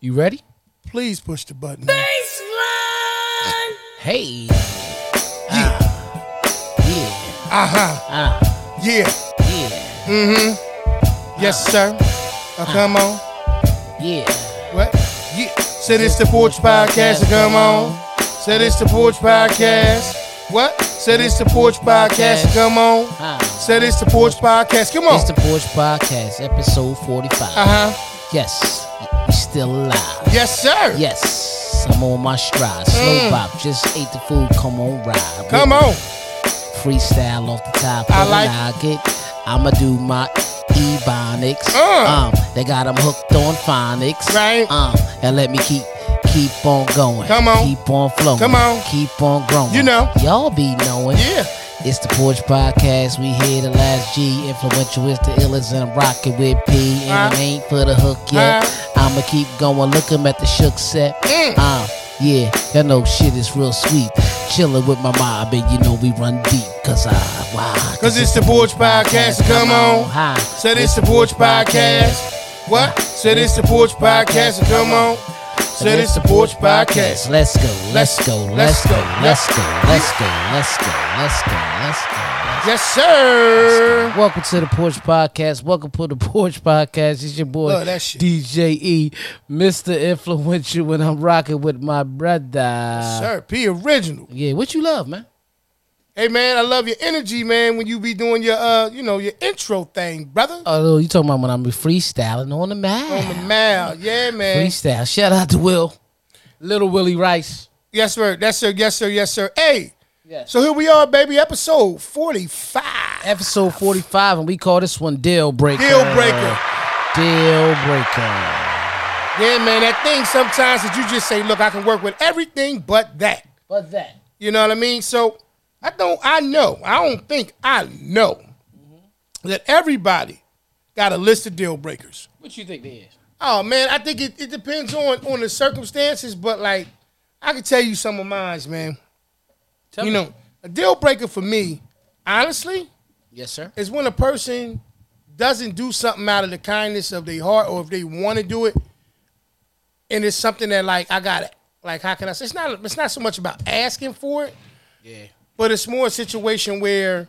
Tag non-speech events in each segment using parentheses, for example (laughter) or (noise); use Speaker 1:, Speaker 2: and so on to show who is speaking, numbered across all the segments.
Speaker 1: You ready?
Speaker 2: Please push the button.
Speaker 1: Hey.
Speaker 2: Yeah.
Speaker 1: Yeah.
Speaker 2: Uh huh.
Speaker 1: Ah.
Speaker 2: Yeah.
Speaker 1: Yeah.
Speaker 2: Yes, sir. Now come on.
Speaker 1: Yeah.
Speaker 2: What? Yeah. Say this the Porch Podcast. Now come on. Say this the Porch Podcast. What? Say this the Porch Podcast. Now come on.
Speaker 1: Ah.
Speaker 2: Say this the Porch Podcast. Come
Speaker 1: It's
Speaker 2: on.
Speaker 1: the Porch Podcast, episode 45.
Speaker 2: Uh huh.
Speaker 1: Yes. We still alive.
Speaker 2: Yes, sir.
Speaker 1: Yes. I'm on my stride. Slow pop. Just ate the food. Come on, ride.
Speaker 2: Mm. Come on.
Speaker 1: freestyle off the top.
Speaker 2: I
Speaker 1: of the
Speaker 2: like-
Speaker 1: Nugget. I'ma do my ebonics.
Speaker 2: Uh.
Speaker 1: Um, they got 'em hooked on phonics.
Speaker 2: Right.
Speaker 1: Um, and let me keep keep on going.
Speaker 2: Come on.
Speaker 1: Keep on flowing.
Speaker 2: Come on.
Speaker 1: Keep on growing.
Speaker 2: You know.
Speaker 1: Y'all be knowing.
Speaker 2: Yeah.
Speaker 1: It's the Porch Podcast. We here the last G. Influential is the illest and I'm rocking with P. And
Speaker 2: Uh.
Speaker 1: it ain't for the hook yet.
Speaker 2: Uh.
Speaker 1: I'ma keep going. Look 'em at the shook set.
Speaker 2: Mm.
Speaker 1: Uh, yeah, that know shit is real sweet. Chillin' with my mob and you know we run deep. Cause I, why?
Speaker 2: Cause it's the Porch Podcast. Come on.
Speaker 1: Hi.
Speaker 2: Say this the Porch Podcast. What? Say this the Porch Podcast. Uh, Come on. Say this the Porch Podcast.
Speaker 1: Let's go, let's go, let's go, let's go, let's go, let's go, let's go, let's go. let's
Speaker 2: Yes, sir.
Speaker 1: go. Welcome to the Porch Podcast. Welcome to the Porch Podcast. It's your boy
Speaker 2: Love that shit.
Speaker 1: DJ E, Mr. Influential, and I'm rocking with my brother.
Speaker 2: Sir, P original.
Speaker 1: Yeah, what you love, man?
Speaker 2: Hey man, I love your energy, man. When you be doing your uh, you know, your intro thing, brother.
Speaker 1: Oh, you talking about when I'm freestyling on the map?
Speaker 2: On the mail, yeah, man.
Speaker 1: Freestyle. Shout out to Will, Little Willie Rice.
Speaker 2: Yes, sir. Yes, sir. Yes, sir. Yes, sir. Hey,
Speaker 1: Yes.
Speaker 2: so here we are, baby. Episode forty-five.
Speaker 1: Episode 45, and we call this one Deal Breaker.
Speaker 2: Deal breaker.
Speaker 1: Deal Breaker.
Speaker 2: Yeah, man. That thing sometimes that you just say, look, I can work with everything but that.
Speaker 1: What's that?
Speaker 2: You know what I mean? So I don't. I know. I don't think I know that everybody got a list of deal breakers.
Speaker 1: What you think they is?
Speaker 2: Oh man, I think it, it depends on on the circumstances, but like I can tell you some of mine, man.
Speaker 1: Tell
Speaker 2: you
Speaker 1: me.
Speaker 2: know, a deal breaker for me, honestly,
Speaker 1: Yes, sir.
Speaker 2: is when a person doesn't do something out of the kindness of their heart or if they want to do it, and it's something that like I got it. Like how can I say it's not it's not so much about asking for it,
Speaker 1: Yeah.
Speaker 2: but it's more a situation where,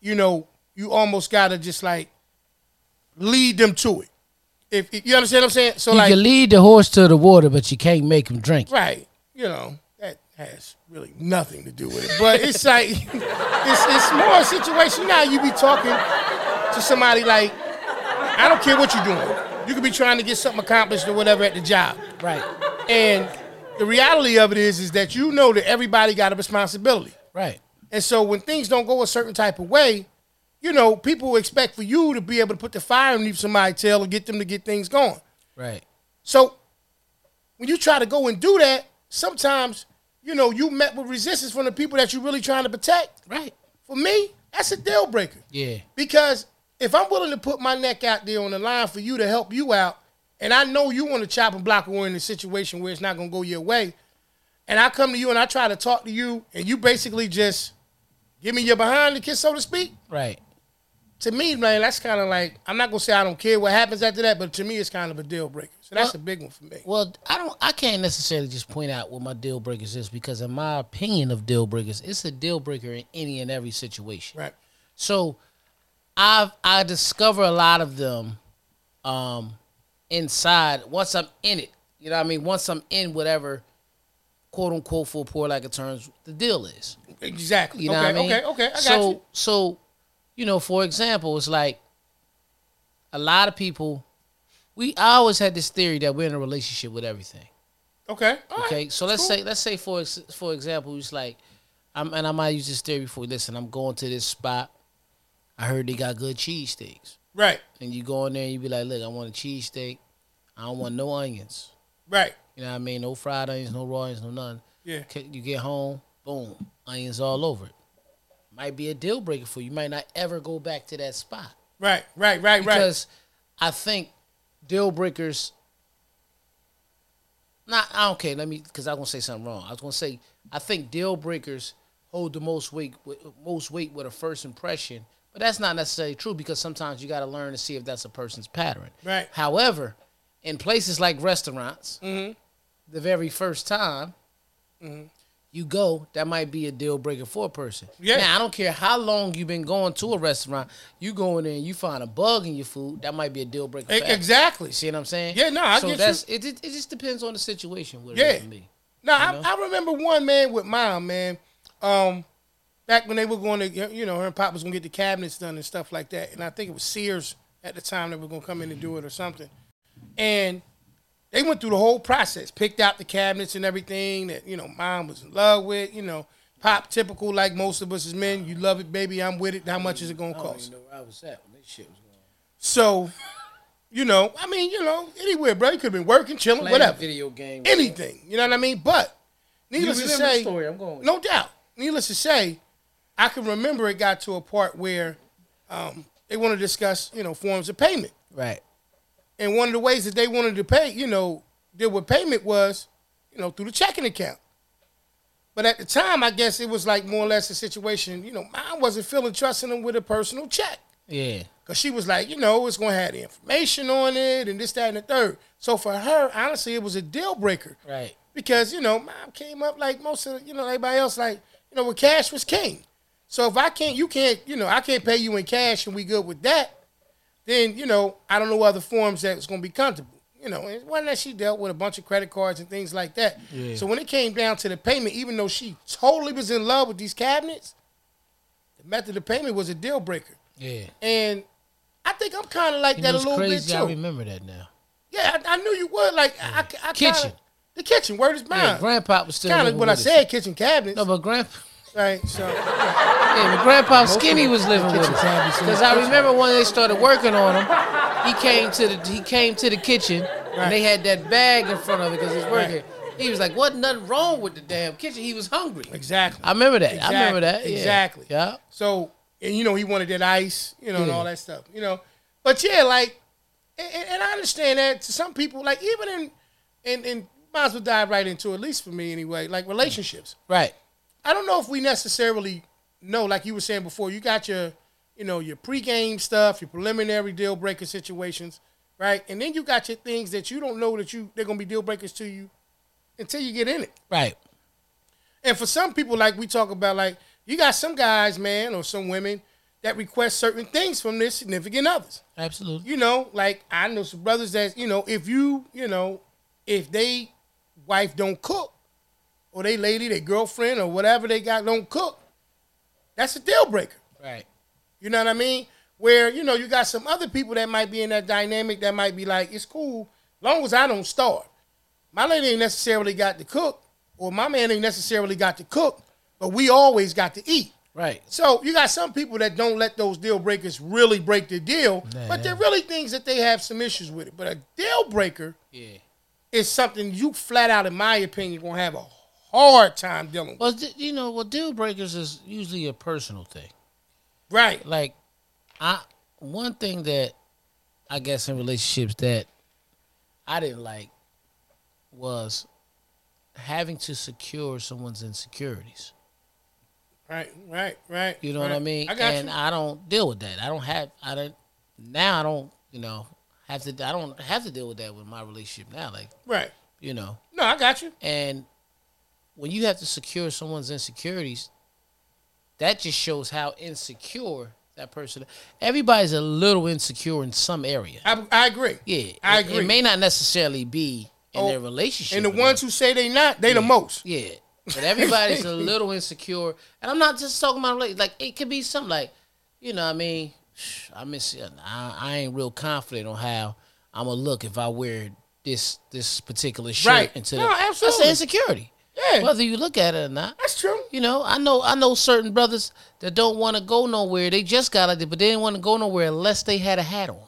Speaker 2: you know, you almost gotta just like lead them to it. If you understand what I'm saying, so
Speaker 1: You
Speaker 2: like
Speaker 1: can lead the horse to the water, but you can't make him drink.
Speaker 2: Right. You know, that has really nothing to do with it. But it's like, (laughs) it's, it's more a situation now you be talking to somebody like, I don't care what you're doing. You could be trying to get something accomplished or whatever at the job.
Speaker 1: Right.
Speaker 2: And the reality of it is, is that you know that everybody got a responsibility.
Speaker 1: Right.
Speaker 2: And so when things don't go a certain type of way, you know, people expect for you to be able to put the fire underneath somebody's tail and get them to get things going.
Speaker 1: Right.
Speaker 2: So when you try to go and do that, sometimes you know you met with resistance from the people that you're really trying to protect.
Speaker 1: Right.
Speaker 2: For me, that's a deal breaker.
Speaker 1: Yeah.
Speaker 2: Because if I'm willing to put my neck out there on the line for you to help you out, and I know you on the chopping block or in a situation where it's not gonna go your way, and I come to you and I try to talk to you, and you basically just give me your behind the kiss, so to speak.
Speaker 1: Right.
Speaker 2: To me, man, that's kind of like I'm not gonna say I don't care what happens after that, but to me, it's kind of a deal breaker. So that's a big one for me.
Speaker 1: Well, I don't. I can't necessarily just point out what my deal breakers is because, in my opinion of deal breakers, it's a deal breaker in any and every situation.
Speaker 2: Right.
Speaker 1: So I've I discover a lot of them um inside once I'm in it. You know what I mean? Once I'm in whatever quote unquote for poor lack of terms the deal is.
Speaker 2: Exactly.
Speaker 1: You know
Speaker 2: okay,
Speaker 1: what I mean?
Speaker 2: okay, okay. I got
Speaker 1: so,
Speaker 2: you.
Speaker 1: So, you know, for example, it's like a lot of people we I always had this theory that we're in a relationship with everything.
Speaker 2: Okay. all right.
Speaker 1: Okay, so let's
Speaker 2: Cool.
Speaker 1: say let's say for ex- for example, it's like, I'm and I might use this theory before. Listen, I'm going to this spot. I heard they got good cheese steaks,
Speaker 2: Right,
Speaker 1: and you go in there and you be like, look, I want a cheese steak. I don't want no onions.
Speaker 2: right.
Speaker 1: You know what I mean? No fried onions, no raw onions, no nothing.
Speaker 2: Yeah.
Speaker 1: Ca- You get home, boom, onions all over it. Might be a deal breaker for you. You might not ever go back to that spot
Speaker 2: Right, right, right, right.
Speaker 1: because I think deal breakers. Not okay. Let me because I was gonna say something wrong. I was gonna say I think deal breakers hold the most weight with most weight with a first impression, but that's not necessarily true because sometimes you got to learn to see if that's a person's pattern.
Speaker 2: Right. Mm-hmm.
Speaker 1: However, in places like restaurants, the very first time you go, that might be a deal breaker for a person.
Speaker 2: Yeah.
Speaker 1: Now I don't care how long you've been going to a restaurant, you go in there and you find a bug in your food, that might be a deal breaker.
Speaker 2: E-
Speaker 1: for everybody.
Speaker 2: Exactly.
Speaker 1: You see what I'm saying?
Speaker 2: Yeah, no, I
Speaker 1: so
Speaker 2: get you.
Speaker 1: that's, It, it. It just depends on the situation. With
Speaker 2: Yeah.
Speaker 1: it for me.
Speaker 2: No,
Speaker 1: know?
Speaker 2: I, I remember one man with mom, man. Um, back when they were going to, you know, her and Pop was gonna get the cabinets done and stuff like that, and I think it was Sears at the time that were gonna come in and do it or something. And they went through the whole process, picked out the cabinets and everything that you know mom was in love with. You know, Pop typical like most of us as men, you love it, baby, I'm with it. How much is it gonna
Speaker 1: I don't even
Speaker 2: cost?
Speaker 1: know where I was at when this shit was going. on.
Speaker 2: So, you know, I mean, you know, anywhere, bro, you could have been working, chilling,
Speaker 1: Playing
Speaker 2: whatever,
Speaker 1: video game.
Speaker 2: anything. You know what I mean? But
Speaker 1: you
Speaker 2: needless
Speaker 1: remember
Speaker 2: to
Speaker 1: the
Speaker 2: say,
Speaker 1: story? I'm going. With
Speaker 2: no doubt. Needless to say, I can remember it got to a part where um, they want to discuss, you know, forms of payment.
Speaker 1: you. Right.
Speaker 2: And one of the ways that they wanted to pay, you know, deal with payment was, you know, through the checking account. But at the time, I guess it was like more or less a situation, you know, mine wasn't feeling trusting them with a personal check.
Speaker 1: Yeah.
Speaker 2: Cause she was like, you know, it's gonna have the information on it and this, that, and the third. So for her, honestly, it was a deal breaker
Speaker 1: Right.
Speaker 2: because you know mom came up like most of you know everybody else like you know with cash was king so if i can't you can't you know i can't pay you in cash and we good with that then you know i don't know other forms that's going to be comfortable you know and one that she dealt with a bunch of credit cards and things like that
Speaker 1: Yeah.
Speaker 2: so when it came down to the payment even though she totally was in love with these cabinets the method of payment was a deal breaker
Speaker 1: Yeah.
Speaker 2: and i think i'm kind of like
Speaker 1: You
Speaker 2: that
Speaker 1: know,
Speaker 2: a
Speaker 1: it's
Speaker 2: little
Speaker 1: crazy.
Speaker 2: bit
Speaker 1: I
Speaker 2: too
Speaker 1: remember that now.
Speaker 2: yeah I, I knew you would like I, I, I kinda-
Speaker 1: Kitchen.
Speaker 2: the kitchen word is mine
Speaker 1: Yeah, Grandpa was still.
Speaker 2: kind of
Speaker 1: living
Speaker 2: when I
Speaker 1: with us.
Speaker 2: said kitchen cabinets.
Speaker 1: No, but Grandpa.
Speaker 2: right?
Speaker 1: (laughs)
Speaker 2: So
Speaker 1: Yeah, but Grandpa Skinny was living with
Speaker 2: kitchen cabinets
Speaker 1: us.
Speaker 2: in the
Speaker 1: Because I remember when they started working on him, he came to the he came to the kitchen
Speaker 2: Right.
Speaker 1: and they had that bag in front of it because he's working. He was like, "Wasn't nothing wrong with the damn kitchen. He was hungry."
Speaker 2: exactly.
Speaker 1: I remember that. I
Speaker 2: Exactly.
Speaker 1: remember that. Yeah.
Speaker 2: Exactly.
Speaker 1: Yeah.
Speaker 2: So and you know he wanted that ice, you know, and
Speaker 1: Yeah.
Speaker 2: all that stuff, you know. But yeah, like, and, and- and I understand that to some people, like even in, and and might as well dive right into it, at least for me anyway, like relationships.
Speaker 1: Right.
Speaker 2: I don't know if we necessarily know, like you were saying before, you got your, you know, your pregame stuff, your preliminary deal breaker situations, right? And then you got your things that you don't know that you they're gonna be deal breakers to you until you get in it.
Speaker 1: Right.
Speaker 2: And for some people, like we talk about, like you got some guys, man, or some women that request certain things from their significant others.
Speaker 1: Absolutely.
Speaker 2: You know, like I know some brothers that you know, if you, you know, if they wife don't cook, or they lady, their girlfriend, or whatever they got don't cook, that's a deal breaker.
Speaker 1: Right.
Speaker 2: You know what I mean? Where you know you got some other people that might be in that dynamic that might be like, it's cool, long as I don't starve. My lady ain't necessarily got to cook, or my man ain't necessarily got to cook, but we always got to eat.
Speaker 1: Right.
Speaker 2: So you got some people that don't let those deal breakers really break the deal,
Speaker 1: Nah.
Speaker 2: but they're really things that they have some issues with it. But a deal breaker
Speaker 1: Yeah.
Speaker 2: is something you flat out, in my opinion, gonna have a hard time dealing with.
Speaker 1: Well, d- you know, well, deal breakers is usually a personal thing.
Speaker 2: Right.
Speaker 1: like I one thing that I guess in relationships that I didn't like was having to secure someone's insecurities.
Speaker 2: Right, right, right.
Speaker 1: You know
Speaker 2: right.
Speaker 1: what I mean?
Speaker 2: I got
Speaker 1: and
Speaker 2: you.
Speaker 1: I don't deal with that. I don't have I don't now I don't, you know, have to I don't have to deal with that with my relationship now like,
Speaker 2: Right.
Speaker 1: you know.
Speaker 2: No, I got you.
Speaker 1: And when you have to secure someone's insecurities, that just shows how insecure that person. Everybody's a little insecure in some area.
Speaker 2: I, I agree.
Speaker 1: Yeah,
Speaker 2: I
Speaker 1: It-
Speaker 2: agree.
Speaker 1: It may not necessarily be in
Speaker 2: Oh,
Speaker 1: their relationship,
Speaker 2: and the
Speaker 1: with
Speaker 2: ones who say they not, they the most.
Speaker 1: them. yeah, but everybody's a little insecure. And I'm not just talking about rela- like it could be something like, you know, what I mean, I miss I, I ain't real confident on how I'm gonna look if I wear this this particular shirt
Speaker 2: Right.
Speaker 1: into
Speaker 2: No,
Speaker 1: the, That's
Speaker 2: absolutely.
Speaker 1: an insecurity.
Speaker 2: Yeah,
Speaker 1: whether you look at it or not.
Speaker 2: that's true.
Speaker 1: You know, I know I know certain brothers that don't want to go nowhere. They just got like that, but they didn't want to go nowhere unless they had a hat on.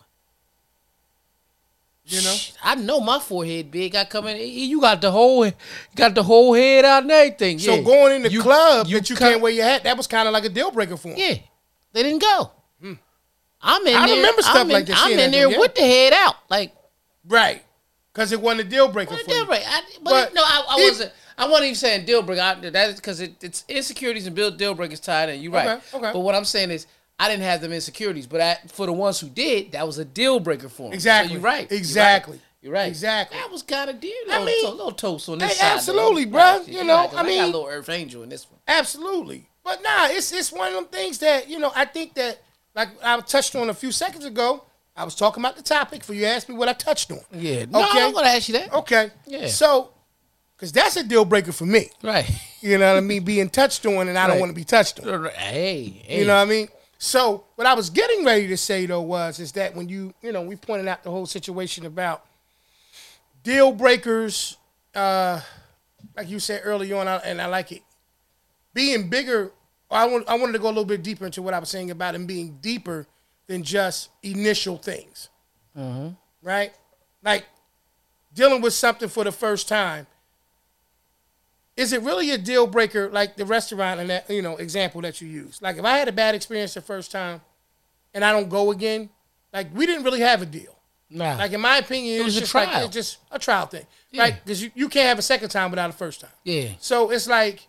Speaker 2: You know?
Speaker 1: Shh, I know my forehead big. I come in, y- you got the whole, got the whole head out and everything.
Speaker 2: So
Speaker 1: yeah.
Speaker 2: going in the
Speaker 1: You-
Speaker 2: club
Speaker 1: you
Speaker 2: that you
Speaker 1: cut-
Speaker 2: can't wear your hat, that was kind of like a deal breaker for him.
Speaker 1: yeah, they didn't go. I'm in.
Speaker 2: Hmm. I
Speaker 1: there-
Speaker 2: remember stuff
Speaker 1: I'm in-
Speaker 2: like that. She
Speaker 1: I'm
Speaker 2: ain't
Speaker 1: in
Speaker 2: that
Speaker 1: there
Speaker 2: young.
Speaker 1: with the head out, like
Speaker 2: Right. Because it wasn't a deal breaker
Speaker 1: Well,
Speaker 2: for
Speaker 1: deal
Speaker 2: you.
Speaker 1: breaker. I, but,
Speaker 2: But
Speaker 1: no, I, I
Speaker 2: if-
Speaker 1: wasn't. I wasn't even saying deal breaker. I, that because it, it's insecurities and build deal breakers tied in. You're right.
Speaker 2: Okay, okay.
Speaker 1: But what I'm saying is, I didn't have them insecurities. But I, for the ones who did, that was a deal breaker for them.
Speaker 2: Exactly.
Speaker 1: So you're right. You're right.
Speaker 2: Exactly.
Speaker 1: You're right.
Speaker 2: Exactly.
Speaker 1: That was kind of dear.
Speaker 2: I
Speaker 1: Little, I
Speaker 2: mean-
Speaker 1: little toast on this
Speaker 2: Hey,
Speaker 1: side. though.
Speaker 2: absolutely,
Speaker 1: I'm
Speaker 2: bruh.
Speaker 1: glad
Speaker 2: You
Speaker 1: you're
Speaker 2: know,
Speaker 1: right, though.
Speaker 2: I
Speaker 1: got
Speaker 2: mean-
Speaker 1: a little Earth Angel in this one.
Speaker 2: Absolutely. But nah, it's it's one of them things that, you know, I think that like I touched on a few seconds ago, I was talking about the topic for you asked me what I touched on.
Speaker 1: Yeah. No,
Speaker 2: Okay.
Speaker 1: I'm gonna ask you that.
Speaker 2: Okay.
Speaker 1: Yeah.
Speaker 2: So cause that's a deal breaker for me.
Speaker 1: Right. (laughs)
Speaker 2: You know what I mean? Being touched on and I don't
Speaker 1: Right.
Speaker 2: want to be touched on.
Speaker 1: hey, hey.
Speaker 2: You know what I mean? So what I was getting ready to say though was is that when you you know we pointed out the whole situation about deal breakers, uh, like you said earlier on, I- and I like it being bigger. I want I wanted to go a little bit deeper into what I was saying about him being deeper than just initial things, right? Like dealing with something for the first time is it really a deal breaker like the restaurant and that you know example that you use like if i had a bad experience the first time and i don't go again like we didn't really have a deal
Speaker 1: Nah.
Speaker 2: like in my opinion it
Speaker 1: was
Speaker 2: was
Speaker 1: a
Speaker 2: just like
Speaker 1: trial.
Speaker 2: it's just a trial thing
Speaker 1: Yeah.
Speaker 2: right because you, you can't have a second time without a first time
Speaker 1: yeah.
Speaker 2: so it's like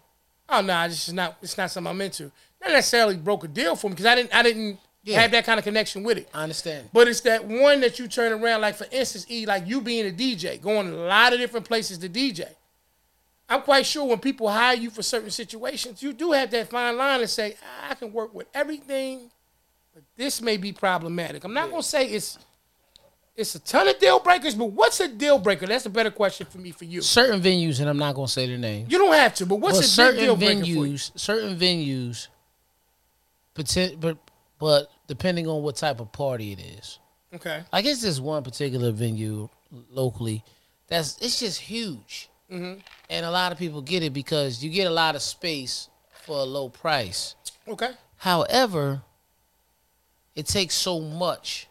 Speaker 2: oh no nah, this is not it's not something i'm into not necessarily broke a deal for me because i didn't i didn't
Speaker 1: Yeah.
Speaker 2: have that kind of connection with it
Speaker 1: I understand.
Speaker 2: but it's that one that you turn around, like for instance, E, like you being a DJ, going a lot of different places to DJ. I'm quite sure when people hire you for certain situations, you do have that fine line and say, I can work with everything, but this may be problematic. I'm not gonna say it's it's a ton of deal breakers, but what's a deal breaker? That's a better question for me for you.
Speaker 1: Certain venues, and I'm not gonna say their names.
Speaker 2: You don't have to, but
Speaker 1: Well,
Speaker 2: what's a big
Speaker 1: certain
Speaker 2: deal breaker for you?
Speaker 1: venues, certain venues, poten- but but depending on what type of party it is,
Speaker 2: Okay.
Speaker 1: like it's this one particular venue locally that's it's just huge,
Speaker 2: Mm-hmm.
Speaker 1: and a lot of people get it because you get a lot of space for a low price.
Speaker 2: Okay.
Speaker 1: However, it takes so much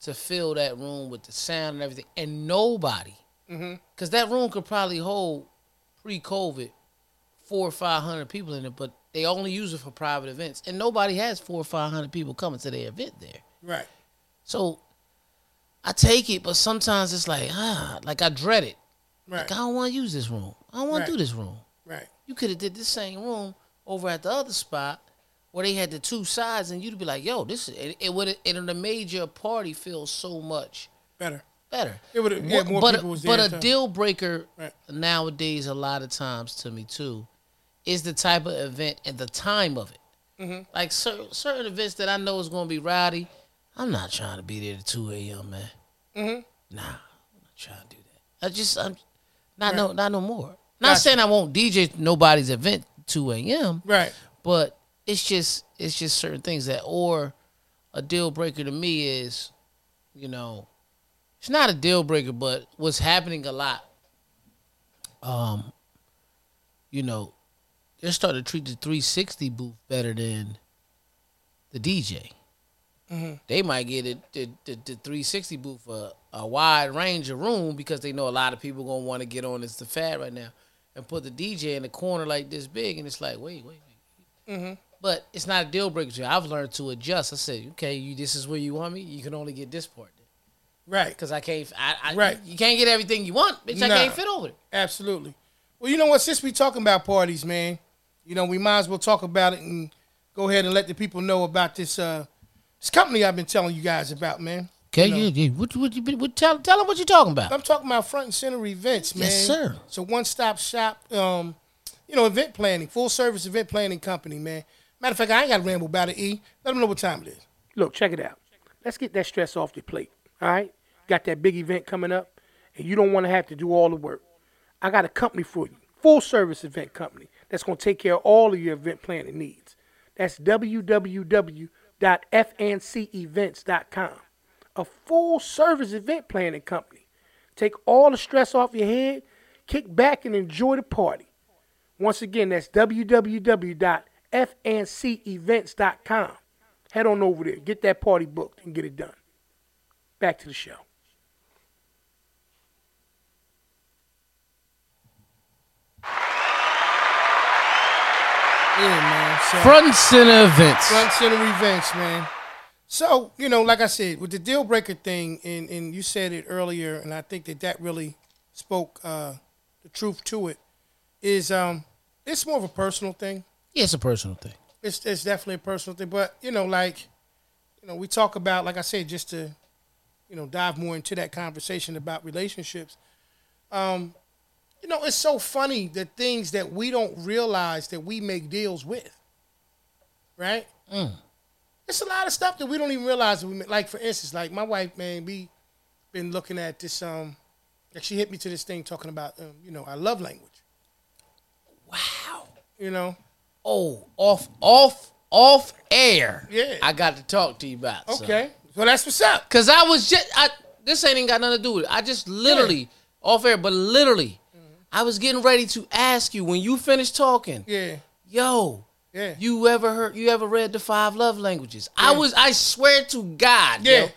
Speaker 1: to fill that room with the sound and everything, and nobody, because that room could probably hold pre-COVID four or five hundred people in it, but they only use it for private events, and nobody has four or five hundred people coming to their event there.
Speaker 2: Right.
Speaker 1: So I take it, but sometimes it's like ah, like I dread it.
Speaker 2: Right.
Speaker 1: Like I don't want to use this room. I don't want
Speaker 2: Right.
Speaker 1: to do this room.
Speaker 2: Right.
Speaker 1: You could have did this same room over at the other spot where they had the two sides, and you'd be like, "Yo, this is, it, it would it would have made your party feel so much
Speaker 2: Better.
Speaker 1: better."
Speaker 2: It would've- yeah,
Speaker 1: Wha-
Speaker 2: more
Speaker 1: but
Speaker 2: people was there
Speaker 1: but
Speaker 2: to-
Speaker 1: a deal breaker
Speaker 2: Right.
Speaker 1: nowadays, a lot of times to me too, is the type of event and the time of it.
Speaker 2: Mm-hmm.
Speaker 1: Like cer- certain events that I know is going to be rowdy, I'm not trying to be there at two a.m. Man, mm-hmm. nah, I'm not trying to do that. I just I'm not no not no more. Not
Speaker 2: Gotcha.
Speaker 1: saying I won't DJ nobody's event two a.m.
Speaker 2: Right.
Speaker 1: But it's just it's just certain things that or a deal breaker to me is, you know, it's not a deal breaker, but what's happening a lot. Um, you know, they're starting to treat the 360 booth better than the DJ.
Speaker 2: Mm-hmm.
Speaker 1: They might get it the, the, the 360 booth a, a wide range of room because they know a lot of people gonna want to get on. It's the fad right now, and put the DJ in the corner like this big, and it's like wait, wait, wait.
Speaker 2: Mm-hmm.
Speaker 1: But it's not a deal breaker. to you. I've learned to adjust. I said, okay, you this is where you want me. You can only get this part
Speaker 2: Right.
Speaker 1: because I can't. I, I
Speaker 2: Right.
Speaker 1: You can't get everything you want, bitch. I
Speaker 2: Nah.
Speaker 1: can't fit over it.
Speaker 2: Absolutely. Well, you know what? Since we talking about parties, man, you know we might as well talk about it and go ahead and let the people know about this uh this company I've been telling you guys about, man.
Speaker 1: Okay,
Speaker 2: You know.
Speaker 1: yeah, yeah. What, what, you- what, tell tell them what you're talking about.
Speaker 2: I'm talking about front and center events, man.
Speaker 1: Yes, sir.
Speaker 2: It's a one stop shop, um, you know, event planning, full service event planning company, man. Matter of fact, I ain't got to ramble about it. E, let them know what time it is. Look, check it out. Let's get that stress off the plate. All right, got that big event coming up, and you don't want to have to do all the work. I got a company for you, full service event company that's going to take care of all of your event planning needs. That's www.fncevents.com, a full service event planning company. Take all the stress off your head, kick back, and enjoy the party. Once again, that's www.fncevents.com. Head on over there, get that party booked, and get it done. Back to the show. Yeah, man. So-
Speaker 1: Front and center events.
Speaker 2: Front center revenge, man. So you know, like I said, with the deal breaker thing, and and you said it earlier, and I think that that really spoke uh, the truth to it. Is um, it's more of a personal thing.
Speaker 1: Yeah, it's a personal thing.
Speaker 2: It's it's definitely a personal thing, but you know, like you know, we talk about, like I said, just to you you know dive more into that conversation about relationships. Um, you know, it's so funny the things that we don't realize that we make deals with, right?
Speaker 1: Mm.
Speaker 2: It's a lot of stuff that we don't even realize that we make. Like for instance, like my wife, man, we been looking at this. Um, like she hit me to this thing talking about, um, you know, our love language.
Speaker 1: Wow.
Speaker 2: You know,
Speaker 1: Oh, off, off, off air.
Speaker 2: Yeah.
Speaker 1: I got to talk to you about. son.
Speaker 2: okay, so that's what's up.
Speaker 1: Cause I was just I this ain't even got nothing to do with it. I just literally off air, but literally,
Speaker 2: Mm-hmm.
Speaker 1: I was getting ready to ask you when you finished talking.
Speaker 2: Yeah,
Speaker 1: Yo,
Speaker 2: yeah.
Speaker 1: you ever heard? You ever read the five love languages? I was I swear to God, yo,
Speaker 2: Yeah. We've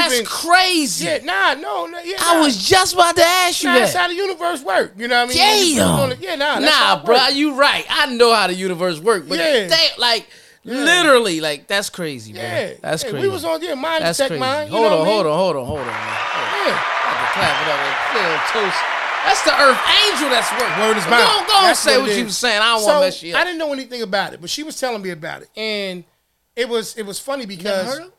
Speaker 1: that's
Speaker 2: been-
Speaker 1: crazy.
Speaker 2: Yeah, nah, no, no, yeah.
Speaker 1: I
Speaker 2: nah.
Speaker 1: was just about to ask you
Speaker 2: Nah, that's
Speaker 1: that.
Speaker 2: how the universe work. You know what I mean? You just put it on
Speaker 1: Damn.
Speaker 2: the- Yeah, nah, that's how
Speaker 1: nah,
Speaker 2: it
Speaker 1: bro,
Speaker 2: work.
Speaker 1: you right. I know how the universe works, but
Speaker 2: Yeah.
Speaker 1: damn, like literally, like that's crazy,
Speaker 2: Yeah,
Speaker 1: man. That's
Speaker 2: yeah,
Speaker 1: crazy.
Speaker 2: We was on yeah, mind
Speaker 1: that's
Speaker 2: check
Speaker 1: crazy.
Speaker 2: mine. You
Speaker 1: hold,
Speaker 2: know
Speaker 1: on,
Speaker 2: what I mean?
Speaker 1: hold on, hold on, hold on, man.
Speaker 2: Yeah.
Speaker 1: Had to clap it up and feel toast. That's the earth angel that's working.
Speaker 2: Word is
Speaker 1: But
Speaker 2: bond.
Speaker 1: Go, go and
Speaker 2: That's
Speaker 1: say
Speaker 2: what
Speaker 1: what
Speaker 2: it
Speaker 1: you
Speaker 2: is.
Speaker 1: was saying. I don't
Speaker 2: So
Speaker 1: want to mess you
Speaker 2: I
Speaker 1: up.
Speaker 2: didn't know anything about it, but she was telling me about it, and it was it was funny
Speaker 1: Never
Speaker 2: because
Speaker 1: heard of it?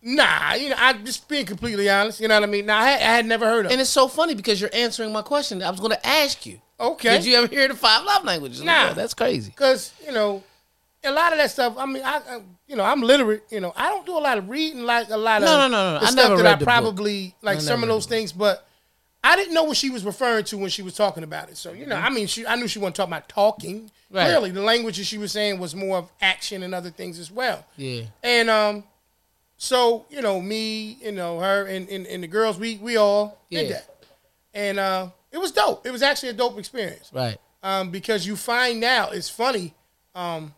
Speaker 2: nah, you know, I just being completely honest. You know what I mean? Now I had, I had never heard of.
Speaker 1: And
Speaker 2: it.
Speaker 1: it's so funny because you're answering my question. that I was going to ask you.
Speaker 2: Okay,
Speaker 1: Did you ever hear the five love languages? Like,
Speaker 2: Nah.
Speaker 1: yo, that's crazy.
Speaker 2: because you know a lot of that stuff. I mean, I, I you know I'm literate. You know, I don't do a lot of reading, like a lot
Speaker 1: No,
Speaker 2: of
Speaker 1: no, no, no.
Speaker 2: the
Speaker 1: I
Speaker 2: stuff
Speaker 1: never
Speaker 2: that
Speaker 1: read
Speaker 2: I
Speaker 1: the book.
Speaker 2: probably like
Speaker 1: I
Speaker 2: some
Speaker 1: never
Speaker 2: of
Speaker 1: read
Speaker 2: those things, but. I didn't know what she was referring to when she was talking about it. So you know, I mean, she I knew she wasn't talking about talking.
Speaker 1: Mm-hmm. Right.
Speaker 2: Clearly, the language that she was saying was more of action and other things as well.
Speaker 1: Yeah.
Speaker 2: And um, so you know, me, you know, her, and and, and the girls, we we all did
Speaker 1: Yeah.
Speaker 2: that, and uh, it was dope. It was actually a dope experience
Speaker 1: Right.
Speaker 2: um, because you find out it's funny um,